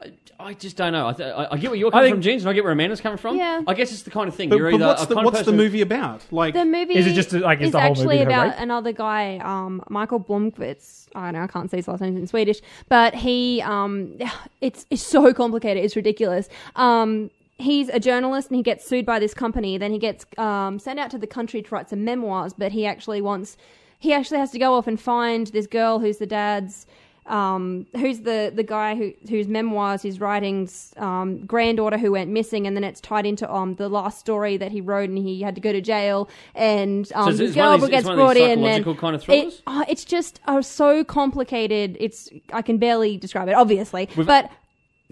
S1: I, I just don't know. I, th- I, I get where you're
S2: I
S1: coming
S2: think-
S1: from, Jeans, and I get where Amanda's coming from.
S3: Yeah.
S1: I guess it's the kind of thing.
S4: But,
S1: you're
S4: but
S1: either
S4: what's
S1: a
S4: the
S1: kind of
S4: what's the
S1: person-
S4: movie about? Like,
S3: The movie
S2: Is it just, like, is the whole
S3: actually
S2: movie her
S3: about
S2: rape?
S3: another guy, um, Michael Blomkvist. I don't know, I can't say his last name in Swedish, but he, um, it's it's so complicated, it's ridiculous. Um, he's a journalist and he gets sued by this company. Then he gets um, sent out to the country to write some memoirs, but he actually wants, he actually has to go off and find this girl who's the dad's. Um, who's the, the guy who whose memoirs he's writing's um, granddaughter who went missing, and then it's tied into um, the last story that he wrote, and he had to go to jail, and um,
S1: it's-
S3: this
S1: it's one
S3: girl
S1: of these-
S3: gets
S1: it's one of
S3: brought
S1: these
S3: in, and
S1: psychological kind of
S3: it,
S1: thrillers?
S3: oh, it's just uh, so complicated. It's I can barely describe it, obviously, but.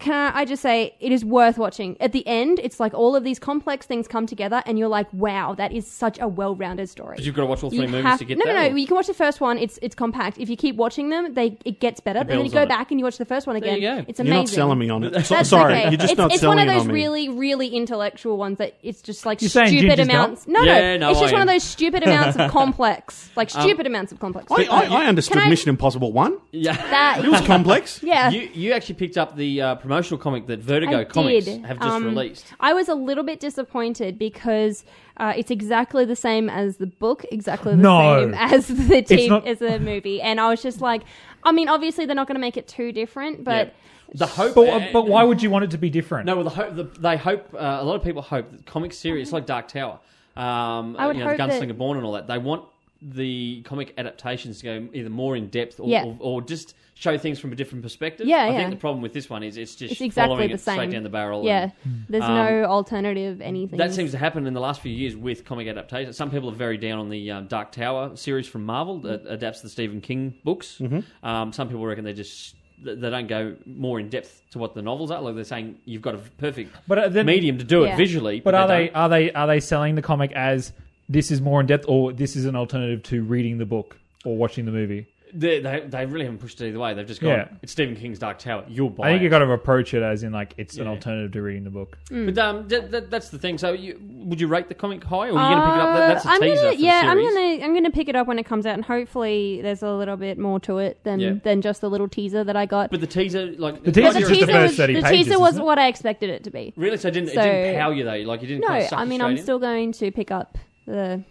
S3: Can I I just say it is worth watching? At the end, it's like all of these complex things come together, and you're like, "Wow, that is such a well-rounded story."
S1: But you've got to watch all three
S3: You
S1: movies
S3: have-
S1: to get
S3: no,
S1: that.
S3: no,
S1: or-
S3: no. You can watch the first one; it's it's compact. If you keep watching them, they it gets better. and then you
S1: builds
S3: go
S1: on it.
S3: back and you watch the first one again.
S1: you go.
S3: It's
S4: you're
S3: amazing.
S4: not selling me on it. So,
S3: That's
S4: sorry,
S3: okay.
S4: you're just
S3: it's,
S4: not
S3: it's
S4: selling
S3: one of
S4: it
S3: those
S4: on me.
S3: really, really intellectual ones that it's just like
S2: You're saying
S3: stupid
S2: Ginger's
S3: amounts. No,
S1: Yeah, no,
S3: it's just
S1: I
S3: one of
S1: am. Um,
S3: those stupid amounts of complex, like stupid amounts of complex.
S4: I, I, I understood
S3: Can I-
S4: Mission Impossible One.
S1: Yeah.
S4: It was
S3: that,
S4: complex.
S3: yeah.
S1: You, you actually picked up the uh, promotional comic that Vertigo
S3: I
S1: Comics
S3: did.
S1: have just
S3: Um,
S1: released.
S3: I was a little bit disappointed because uh, it's exactly the same as the book, exactly the
S2: No.
S3: same as the TV,
S2: not-
S3: as the movie, and I was just like, I mean, obviously they're not going to make it too different, but.
S1: Yeah. the hope,
S2: But, but why would you want it to be different?
S1: No, well, the hope the, they hope uh, a lot of people hope that comic series like Dark Tower, um,
S3: I would
S1: you know, the
S3: hope that-
S1: Gunslinger Born and all that. They want the comic adaptations to go either more in depth or,
S3: Yeah.
S1: or, or just show things from a different perspective.
S3: Yeah,
S1: I
S3: yeah.
S1: think the problem with this one is it's just
S3: It's exactly
S1: following
S3: the
S1: it
S3: same.
S1: straight down the barrel.
S3: Yeah,
S1: and-
S3: there's
S1: Um,
S3: no alternative anything.
S1: that seems to happen in the last few years with comic adaptations. Some people are very down on the um, Dark Tower series from Marvel that adapts the Stephen King books. Um, some people reckon they just they they don't go more in depth to what the novels are. Like they're saying, you've got a perfect
S2: But, uh, then-
S1: medium to do
S3: Yeah.
S1: it visually.
S2: But are they
S1: don't.
S2: are they are they selling the comic as this is more in depth, or this is an alternative to reading the book or watching the movie?
S1: They, they, they really haven't pushed it either way. They've just gone.
S2: Yeah.
S1: It's Stephen King's Dark Tower. You'll buy.
S2: I think
S1: it.
S2: you got to approach it as in like it's an
S1: Yeah.
S2: alternative to reading the book.
S1: But um, that, that, that's the thing. So, you, would you rate the comic high, or are you going to pick it up? That, that's a
S3: Uh, I'm
S1: teaser.
S3: gonna,
S1: for
S3: yeah,
S1: the
S3: I'm
S1: series.
S3: gonna I'm gonna pick it up when it comes out, and hopefully there's a little bit more to it than
S1: Yeah.
S3: than just the little teaser that I got.
S1: But the teaser, like
S2: The
S3: But
S2: teaser is
S3: the
S2: just
S3: teaser
S2: the first
S3: was,
S2: 30
S3: the
S2: pages,
S3: teaser was
S2: isn't it?
S3: what I expected it to be.
S1: really, so it didn't,
S3: So-
S1: it didn't pow you though. Like you didn't.
S3: No,
S1: kind of suck
S3: I
S1: you
S3: mean
S1: straight
S3: I'm
S1: in?
S3: still going to pick up the.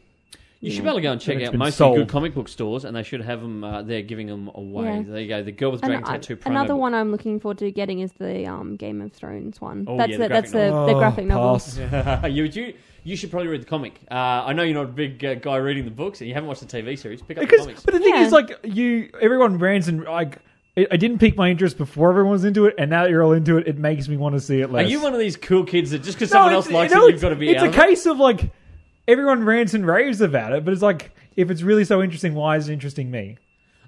S1: You should be able to go and check
S2: It's
S1: out
S2: been
S1: most
S2: sold.
S1: of the good comic book stores, and they should have them uh, there giving them away.
S3: Yeah.
S1: There you go. The girl with the
S3: and
S1: dragon
S3: I-
S1: tattoo promo.
S3: another
S1: book.
S3: one I'm looking forward to getting is the um, Game of Thrones one.
S1: Oh,
S3: that's
S1: yeah,
S3: the,
S1: the
S3: that's the,
S1: graphic
S3: the
S2: Oh,
S3: graphic novel.
S2: pass.
S1: you, you you should probably read the comic. Uh, I know you're not a big uh, guy reading the books, and you haven't watched the TV series. Pick up the
S2: Because,
S1: comics.
S2: but the thing
S3: Yeah.
S2: is, like you, everyone rants and like it, I didn't pique my interest before everyone was into it, and now that you're all into it, it makes me want to see it
S1: Are
S2: less.
S1: you one of these cool kids that just because
S2: No,
S1: someone
S2: it's-
S1: else likes
S2: no,
S1: it,
S2: it's-
S1: you've got to be
S2: It's
S1: out
S2: a
S1: of it?
S2: case of like everyone rants and raves about it, but it's like if it's really so interesting, why is it interesting me?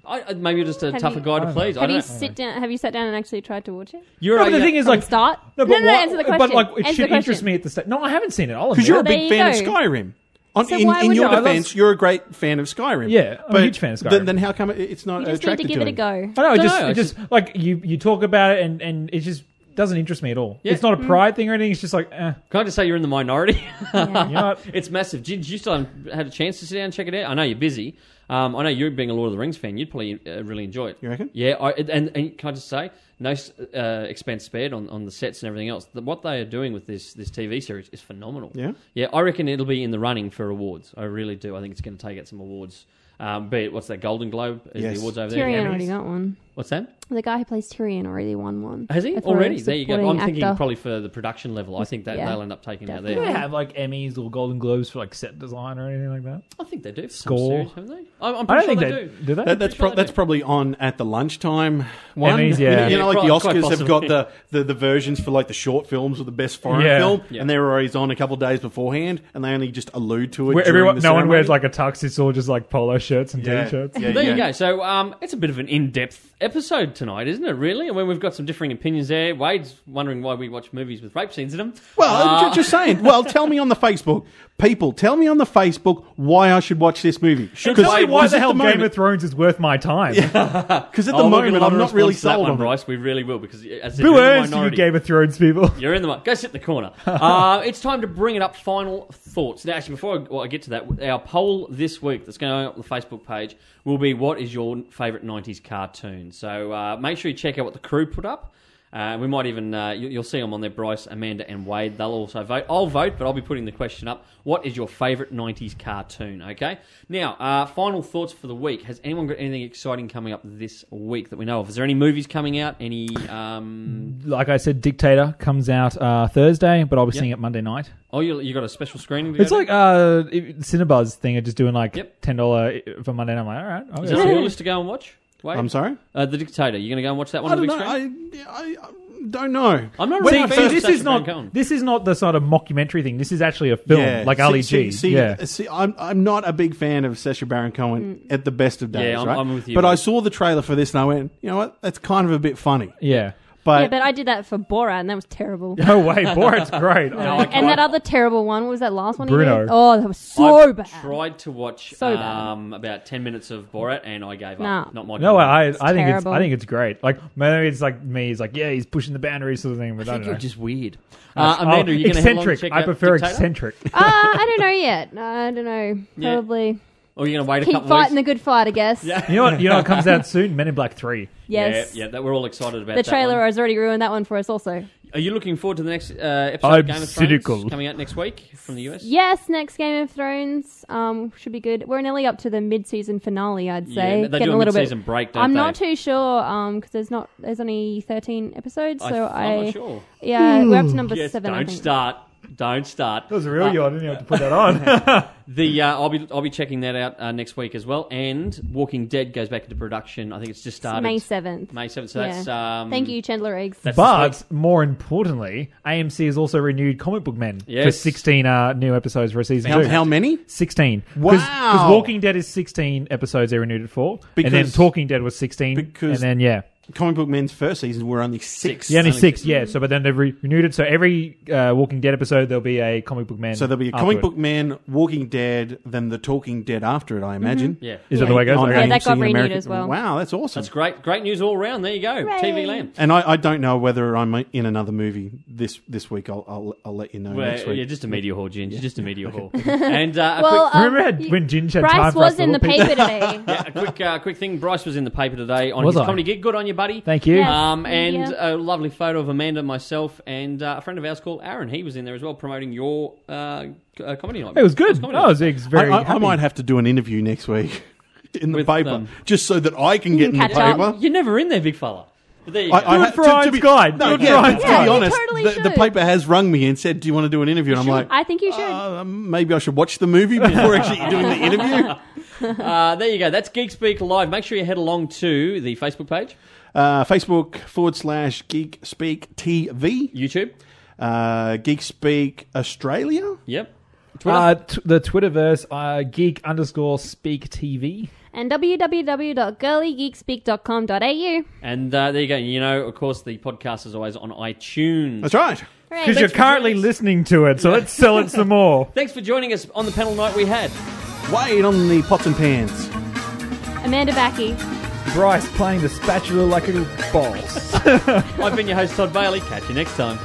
S1: I, I- maybe you're just a
S3: Have
S1: tougher
S3: you-
S1: guy
S2: I
S1: to
S2: don't know.
S1: please. I
S3: Have you
S1: don't know.
S3: sit down? Have you sat down and actually tried to watch it?
S1: You're
S2: No,
S1: a- uh,
S2: but the thing is,
S3: From
S2: like,
S3: start?
S2: no, but
S3: no, no,
S2: why-
S3: answer the
S2: but,
S3: question.
S2: like, it should
S3: Answer the question.
S2: interest me at the stage. No, I haven't seen it. I'll
S4: Because you're a
S3: Well,
S4: big
S3: there
S4: fan
S3: you
S4: of
S3: go.
S4: Skyrim. On,
S3: So
S4: in
S3: why
S4: in
S3: would
S4: your
S3: you- I love-
S4: defense, you're a great fan of Skyrim.
S2: Yeah, I'm a
S4: But
S2: huge fan of Skyrim.
S4: Then, then how come it- it's not
S3: You just need to
S4: attracted
S3: give it a
S4: him?
S3: go.
S2: I know. It
S1: Dunno,
S2: just, it
S1: it's
S2: just like you, you talk about it, and and it just doesn't interest me at all.
S1: Yeah.
S2: It's not a
S3: Mm.
S2: pride thing or anything. It's just like, eh,
S1: Can I just say you're in the minority?
S2: you know what?
S1: it's massive. Did you still haven't had a chance to sit down and check it out? I know you're busy. Um, I know you being a Lord of the Rings fan, you'd probably uh, really enjoy it.
S4: You reckon?
S1: Yeah. I, and, and can I just say, no uh, expense spared on, on the sets and everything else. The, what they are doing with this this TV series is phenomenal.
S4: Yeah?
S1: Yeah. I reckon it'll be in the running for awards. I really do. I think it's going to take out some awards. Um, be it what's that Golden Globe? Is
S4: Yes.
S1: the awards over there?
S3: Tyrion
S1: Emmys?
S3: already got one.
S1: What's that?
S3: The guy who plays Tyrion already won one.
S1: Has he
S3: Uh, for
S1: already? There you go. I'm
S3: supporting
S1: thinking
S3: actor.
S1: probably for the production level. I think that
S3: Yeah.
S1: they'll end up taking it out
S2: Do
S1: there.
S2: they have like Emmys or Golden Globes for like set design or anything like that?
S1: I think they do. for some
S2: Score.
S1: series, haven't they? I'm, I'm
S2: I
S1: pretty
S2: don't
S1: sure
S2: think
S1: they,
S2: they
S1: do.
S2: do that.
S4: That, that's
S1: Pretty
S4: pro-
S1: sure they
S4: that's
S1: do.
S4: probably on at the lunchtime one.
S2: Emmys,
S4: You-
S2: yeah.
S4: You, know, like
S1: Yeah,
S4: the
S1: quite-
S4: Oscars
S1: quite
S4: have got
S1: possibly.
S4: the, the, the versions for like the short films or the best foreign
S2: Yeah.
S4: film,
S1: Yeah.
S4: and they're always on a couple of days beforehand, and they only just allude to it.
S2: Where
S4: during
S2: everyone,
S4: the
S2: no one wears
S4: ceremony.
S2: like a tux. It's all just like polo shirts and
S4: yeah.
S2: t-shirts.
S4: Yeah,
S1: There
S4: yeah.
S1: you go. So um, it's a bit of an in-depth episode tonight, isn't it? Really, I mean, we've got some differing opinions there. Wade's wondering why we watch movies with rape scenes in them.
S4: Well,
S1: Uh,
S4: ju- just saying. Well, tell me on the Facebook, people. Tell me on the Facebook why I should watch this movie.
S2: Tell me why
S4: because
S2: the
S4: at
S2: hell Game
S4: moment-
S2: of Thrones is worth my time.
S4: Because at the
S1: oh, we'll get a
S4: moment,
S1: lot of
S4: I'm not really
S1: response to that
S4: sold
S1: one,
S4: on it.
S1: Bryce. We really will because as I said,
S2: Who
S1: you're in
S2: earns
S1: the
S2: you
S1: minority.
S2: Game of Thrones people?
S1: You're in the mi- go sit in the corner. uh, it's time to bring it up. Final thoughts. Now, actually, before I, well, I get to that, our poll this week that's going up on the Facebook page will be what is your favourite '90s cartoon? So uh, make sure you check out what the crew put up. Uh, we might even uh, you, you'll see them on there. Bryce, Amanda, and Wade. They'll also vote. I'll vote, but I'll be putting the question up. What is your favourite '90s cartoon? Okay. Now, uh, final thoughts for the week. Has anyone got anything exciting coming up this week that we know of? Is there any movies coming out? Any? Um...
S2: like I said, Dictator comes out uh, Thursday, but I'll be seeing it Monday night.
S1: Oh, you, you got a special screening? to go
S2: It's
S1: to?
S2: like uh, it- Cinebuzz thing. of just doing like
S1: Yep.
S2: ten dollar uh, for Monday. night. I'm like, all right, I'll
S1: Is
S2: go.
S1: that on your list to go and watch? Wait.
S4: I'm sorry.
S1: Uh, the Dictator. You're going to go and watch that one
S4: I
S1: on the
S4: don't
S1: big
S4: know.
S1: screen?
S4: I, I, I don't know.
S1: I'm not
S4: When
S1: really
S4: I
S1: a fan
S2: See,
S1: of
S2: this
S1: Sacha
S2: is not
S1: Baron Cohen.
S2: this is not the sort of mockumentary thing. This is actually a film, like
S4: See-
S2: Ali
S4: see,
S2: G.
S4: See,
S2: yeah,
S4: see, I'm I'm not a big fan of Sacha Baron Cohen
S3: Mm.
S4: at the best of days.
S1: Yeah, I'm-
S4: right?
S1: I'm with you,
S4: But
S1: mate.
S4: I saw the trailer for this and I went, you know what? That's kind of a bit funny.
S2: yeah.
S4: But,
S3: Yeah, but I did that for Borat, and that was terrible.
S2: No way, Borat's great.
S1: I can't.
S3: and that other terrible one what was that last one. he
S2: Bruno.
S3: did? Oh, that was so
S1: I've
S3: bad.
S1: tried to watch
S3: So bad.
S1: um, about 10 minutes of Borat and I gave up.
S3: Nah.
S1: Not my
S2: No,
S1: kind.
S2: I, I think it's
S3: terrible.
S2: I think it's great. Like maybe it's like me. It's like yeah, he's pushing the boundaries sort of thing. But I,
S1: I
S2: don't
S1: think
S2: know.
S1: you're just weird. Uh, Amanda,
S2: Oh,
S1: are you going to
S2: eccentric.
S1: Check
S2: I
S1: out
S2: prefer
S1: Dictator?
S3: Ah,
S2: eccentric.
S3: uh, I don't know yet. I don't know.
S1: Yeah.
S3: Probably.
S1: Or you're going to wait a
S3: Keep
S1: couple
S3: fighting
S1: weeks?
S3: the good fight, I guess.
S1: Yeah.
S2: You know what? You know what comes out soon? Men in Black Three.
S3: Yes.
S1: Yeah, yeah that, we're all excited about
S3: The
S1: that
S3: trailer
S1: one.
S3: has already ruined that one for us, also.
S1: Are you looking forward to the next uh, episode
S2: I'm
S1: of Game of
S2: cynical.
S1: Thrones coming out next week from the US?
S3: Yes, next Game of Thrones um, should be good. We're nearly up to the mid-season finale, I'd say.
S1: they
S3: Getting
S1: do a,
S3: a little
S1: mid-season
S3: bit.
S1: break, don't
S3: I'm
S1: they?
S3: not too sure because there's not there's only 13 episodes,
S1: I-
S3: so I,
S1: I'm not sure.
S3: yeah we're
S2: Hmm.
S3: up to number
S1: Yes,
S3: 7 I
S1: don't
S3: think.
S1: start. Don't start.
S2: That was a real yawn. I didn't have to put that on.
S1: The uh, I'll be I'll be checking that out uh, next week as well. And Walking Dead goes back into production. I think it's just started
S3: May 7th.
S1: May seventh. So that's
S3: Yeah.
S1: um,
S3: Thank you, Chandler Eggs.
S1: that's this
S2: but more importantly, AMC has also renewed Comic Book Men for
S1: Yes.
S2: 16 uh, new episodes for season
S4: How,
S2: two.
S4: how many?
S2: 16.
S4: Wow.
S2: Because Walking Dead is 16 episodes they renewed it for. and then
S4: Because-
S2: Talking Dead was 16.
S4: because-
S2: and then, yeah.
S4: Comic Book Men's first season were only six.
S2: Yeah, only
S1: only
S2: six, yeah. So, but then they've re- renewed it. So every uh, Walking Dead episode, there'll be a Comic Book Man.
S4: So there'll be a Comic Book Man, Walking Dead, then the Talking Dead after it, I imagine.
S1: Yeah,
S2: Is that the way it goes?
S4: On
S2: Okay.
S3: Mm-hmm. Yeah, that got
S4: AMC in
S3: renewed
S4: America.
S3: as well.
S4: Wow, that's awesome.
S1: that's great. Great news all around. There you go. TV Land.
S4: and I, I don't know whether I'm in another movie this this week. I'll I'll, I'll let you know
S1: Well,
S4: next week.
S1: yeah, just a media hall, Ginge. Just a media hall. and uh, a
S3: Well,
S1: quick,
S3: um,
S2: Remember how-
S3: you-
S2: when Ginge had
S3: Bryce
S2: time for us
S3: was in the
S2: little
S3: paper today.
S1: yeah, a quick, uh, quick thing. Bryce was in the paper today on
S2: Was
S1: his
S2: I?
S1: comedy gig. Good on you, buddy.
S2: Thank you.
S3: Yeah.
S1: Um,
S3: Thank
S1: and
S3: you.
S1: a lovely photo of Amanda, myself, and uh, a friend of ours called Aaron. He was in there as well, promoting your uh, c- uh, comedy night.
S2: It was good.
S1: comedy
S2: I
S1: night.
S2: was ex- very
S4: I, I, I
S2: happy.
S4: might have to do an interview next week in the
S1: With,
S4: paper
S1: um,
S4: just so that I can
S3: You
S4: get
S3: can
S4: in the
S3: catch up.
S4: paper.
S1: You're never in there, big fella. But there you go.
S4: I, I
S2: Good
S4: ha-
S2: for
S4: to- to,
S2: Iron's
S4: be,
S2: Guide.
S4: No,
S2: Good
S4: yeah,
S2: for Iron's
S4: to
S3: Guide.
S4: be
S3: You
S4: honest,
S3: totally
S4: the, the
S3: should.
S4: paper has rung me and said, "Do you want to do an interview?" And I'm like,
S3: I think you should.
S4: uh, "Maybe I should watch the movie before actually doing the interview."
S1: Uh, there you go. That's Geek Speak Live. Make sure you head along to the Facebook page,
S4: Uh, Facebook forward slash Geek Speak TV,
S1: YouTube.
S4: uh, Geek Speak Australia.
S1: Yep. Twitter.
S2: Uh, t- the Twitterverse, uh, geek underscore speak TV.
S3: and www.girlygeekspeak.com.au.
S1: and uh, there you go. You know, of course, the podcast is always on iTunes.
S4: That's right.
S3: Hooray.
S2: Because you're currently listening to it, so let's sell it some more.
S1: Thanks for joining us on the panel night we had.
S4: Wait on the pots and pans.
S3: Amanda Backey.
S2: Bryce playing the spatula like a boss.
S1: I've been your host, Todd Bailey. Catch you next time.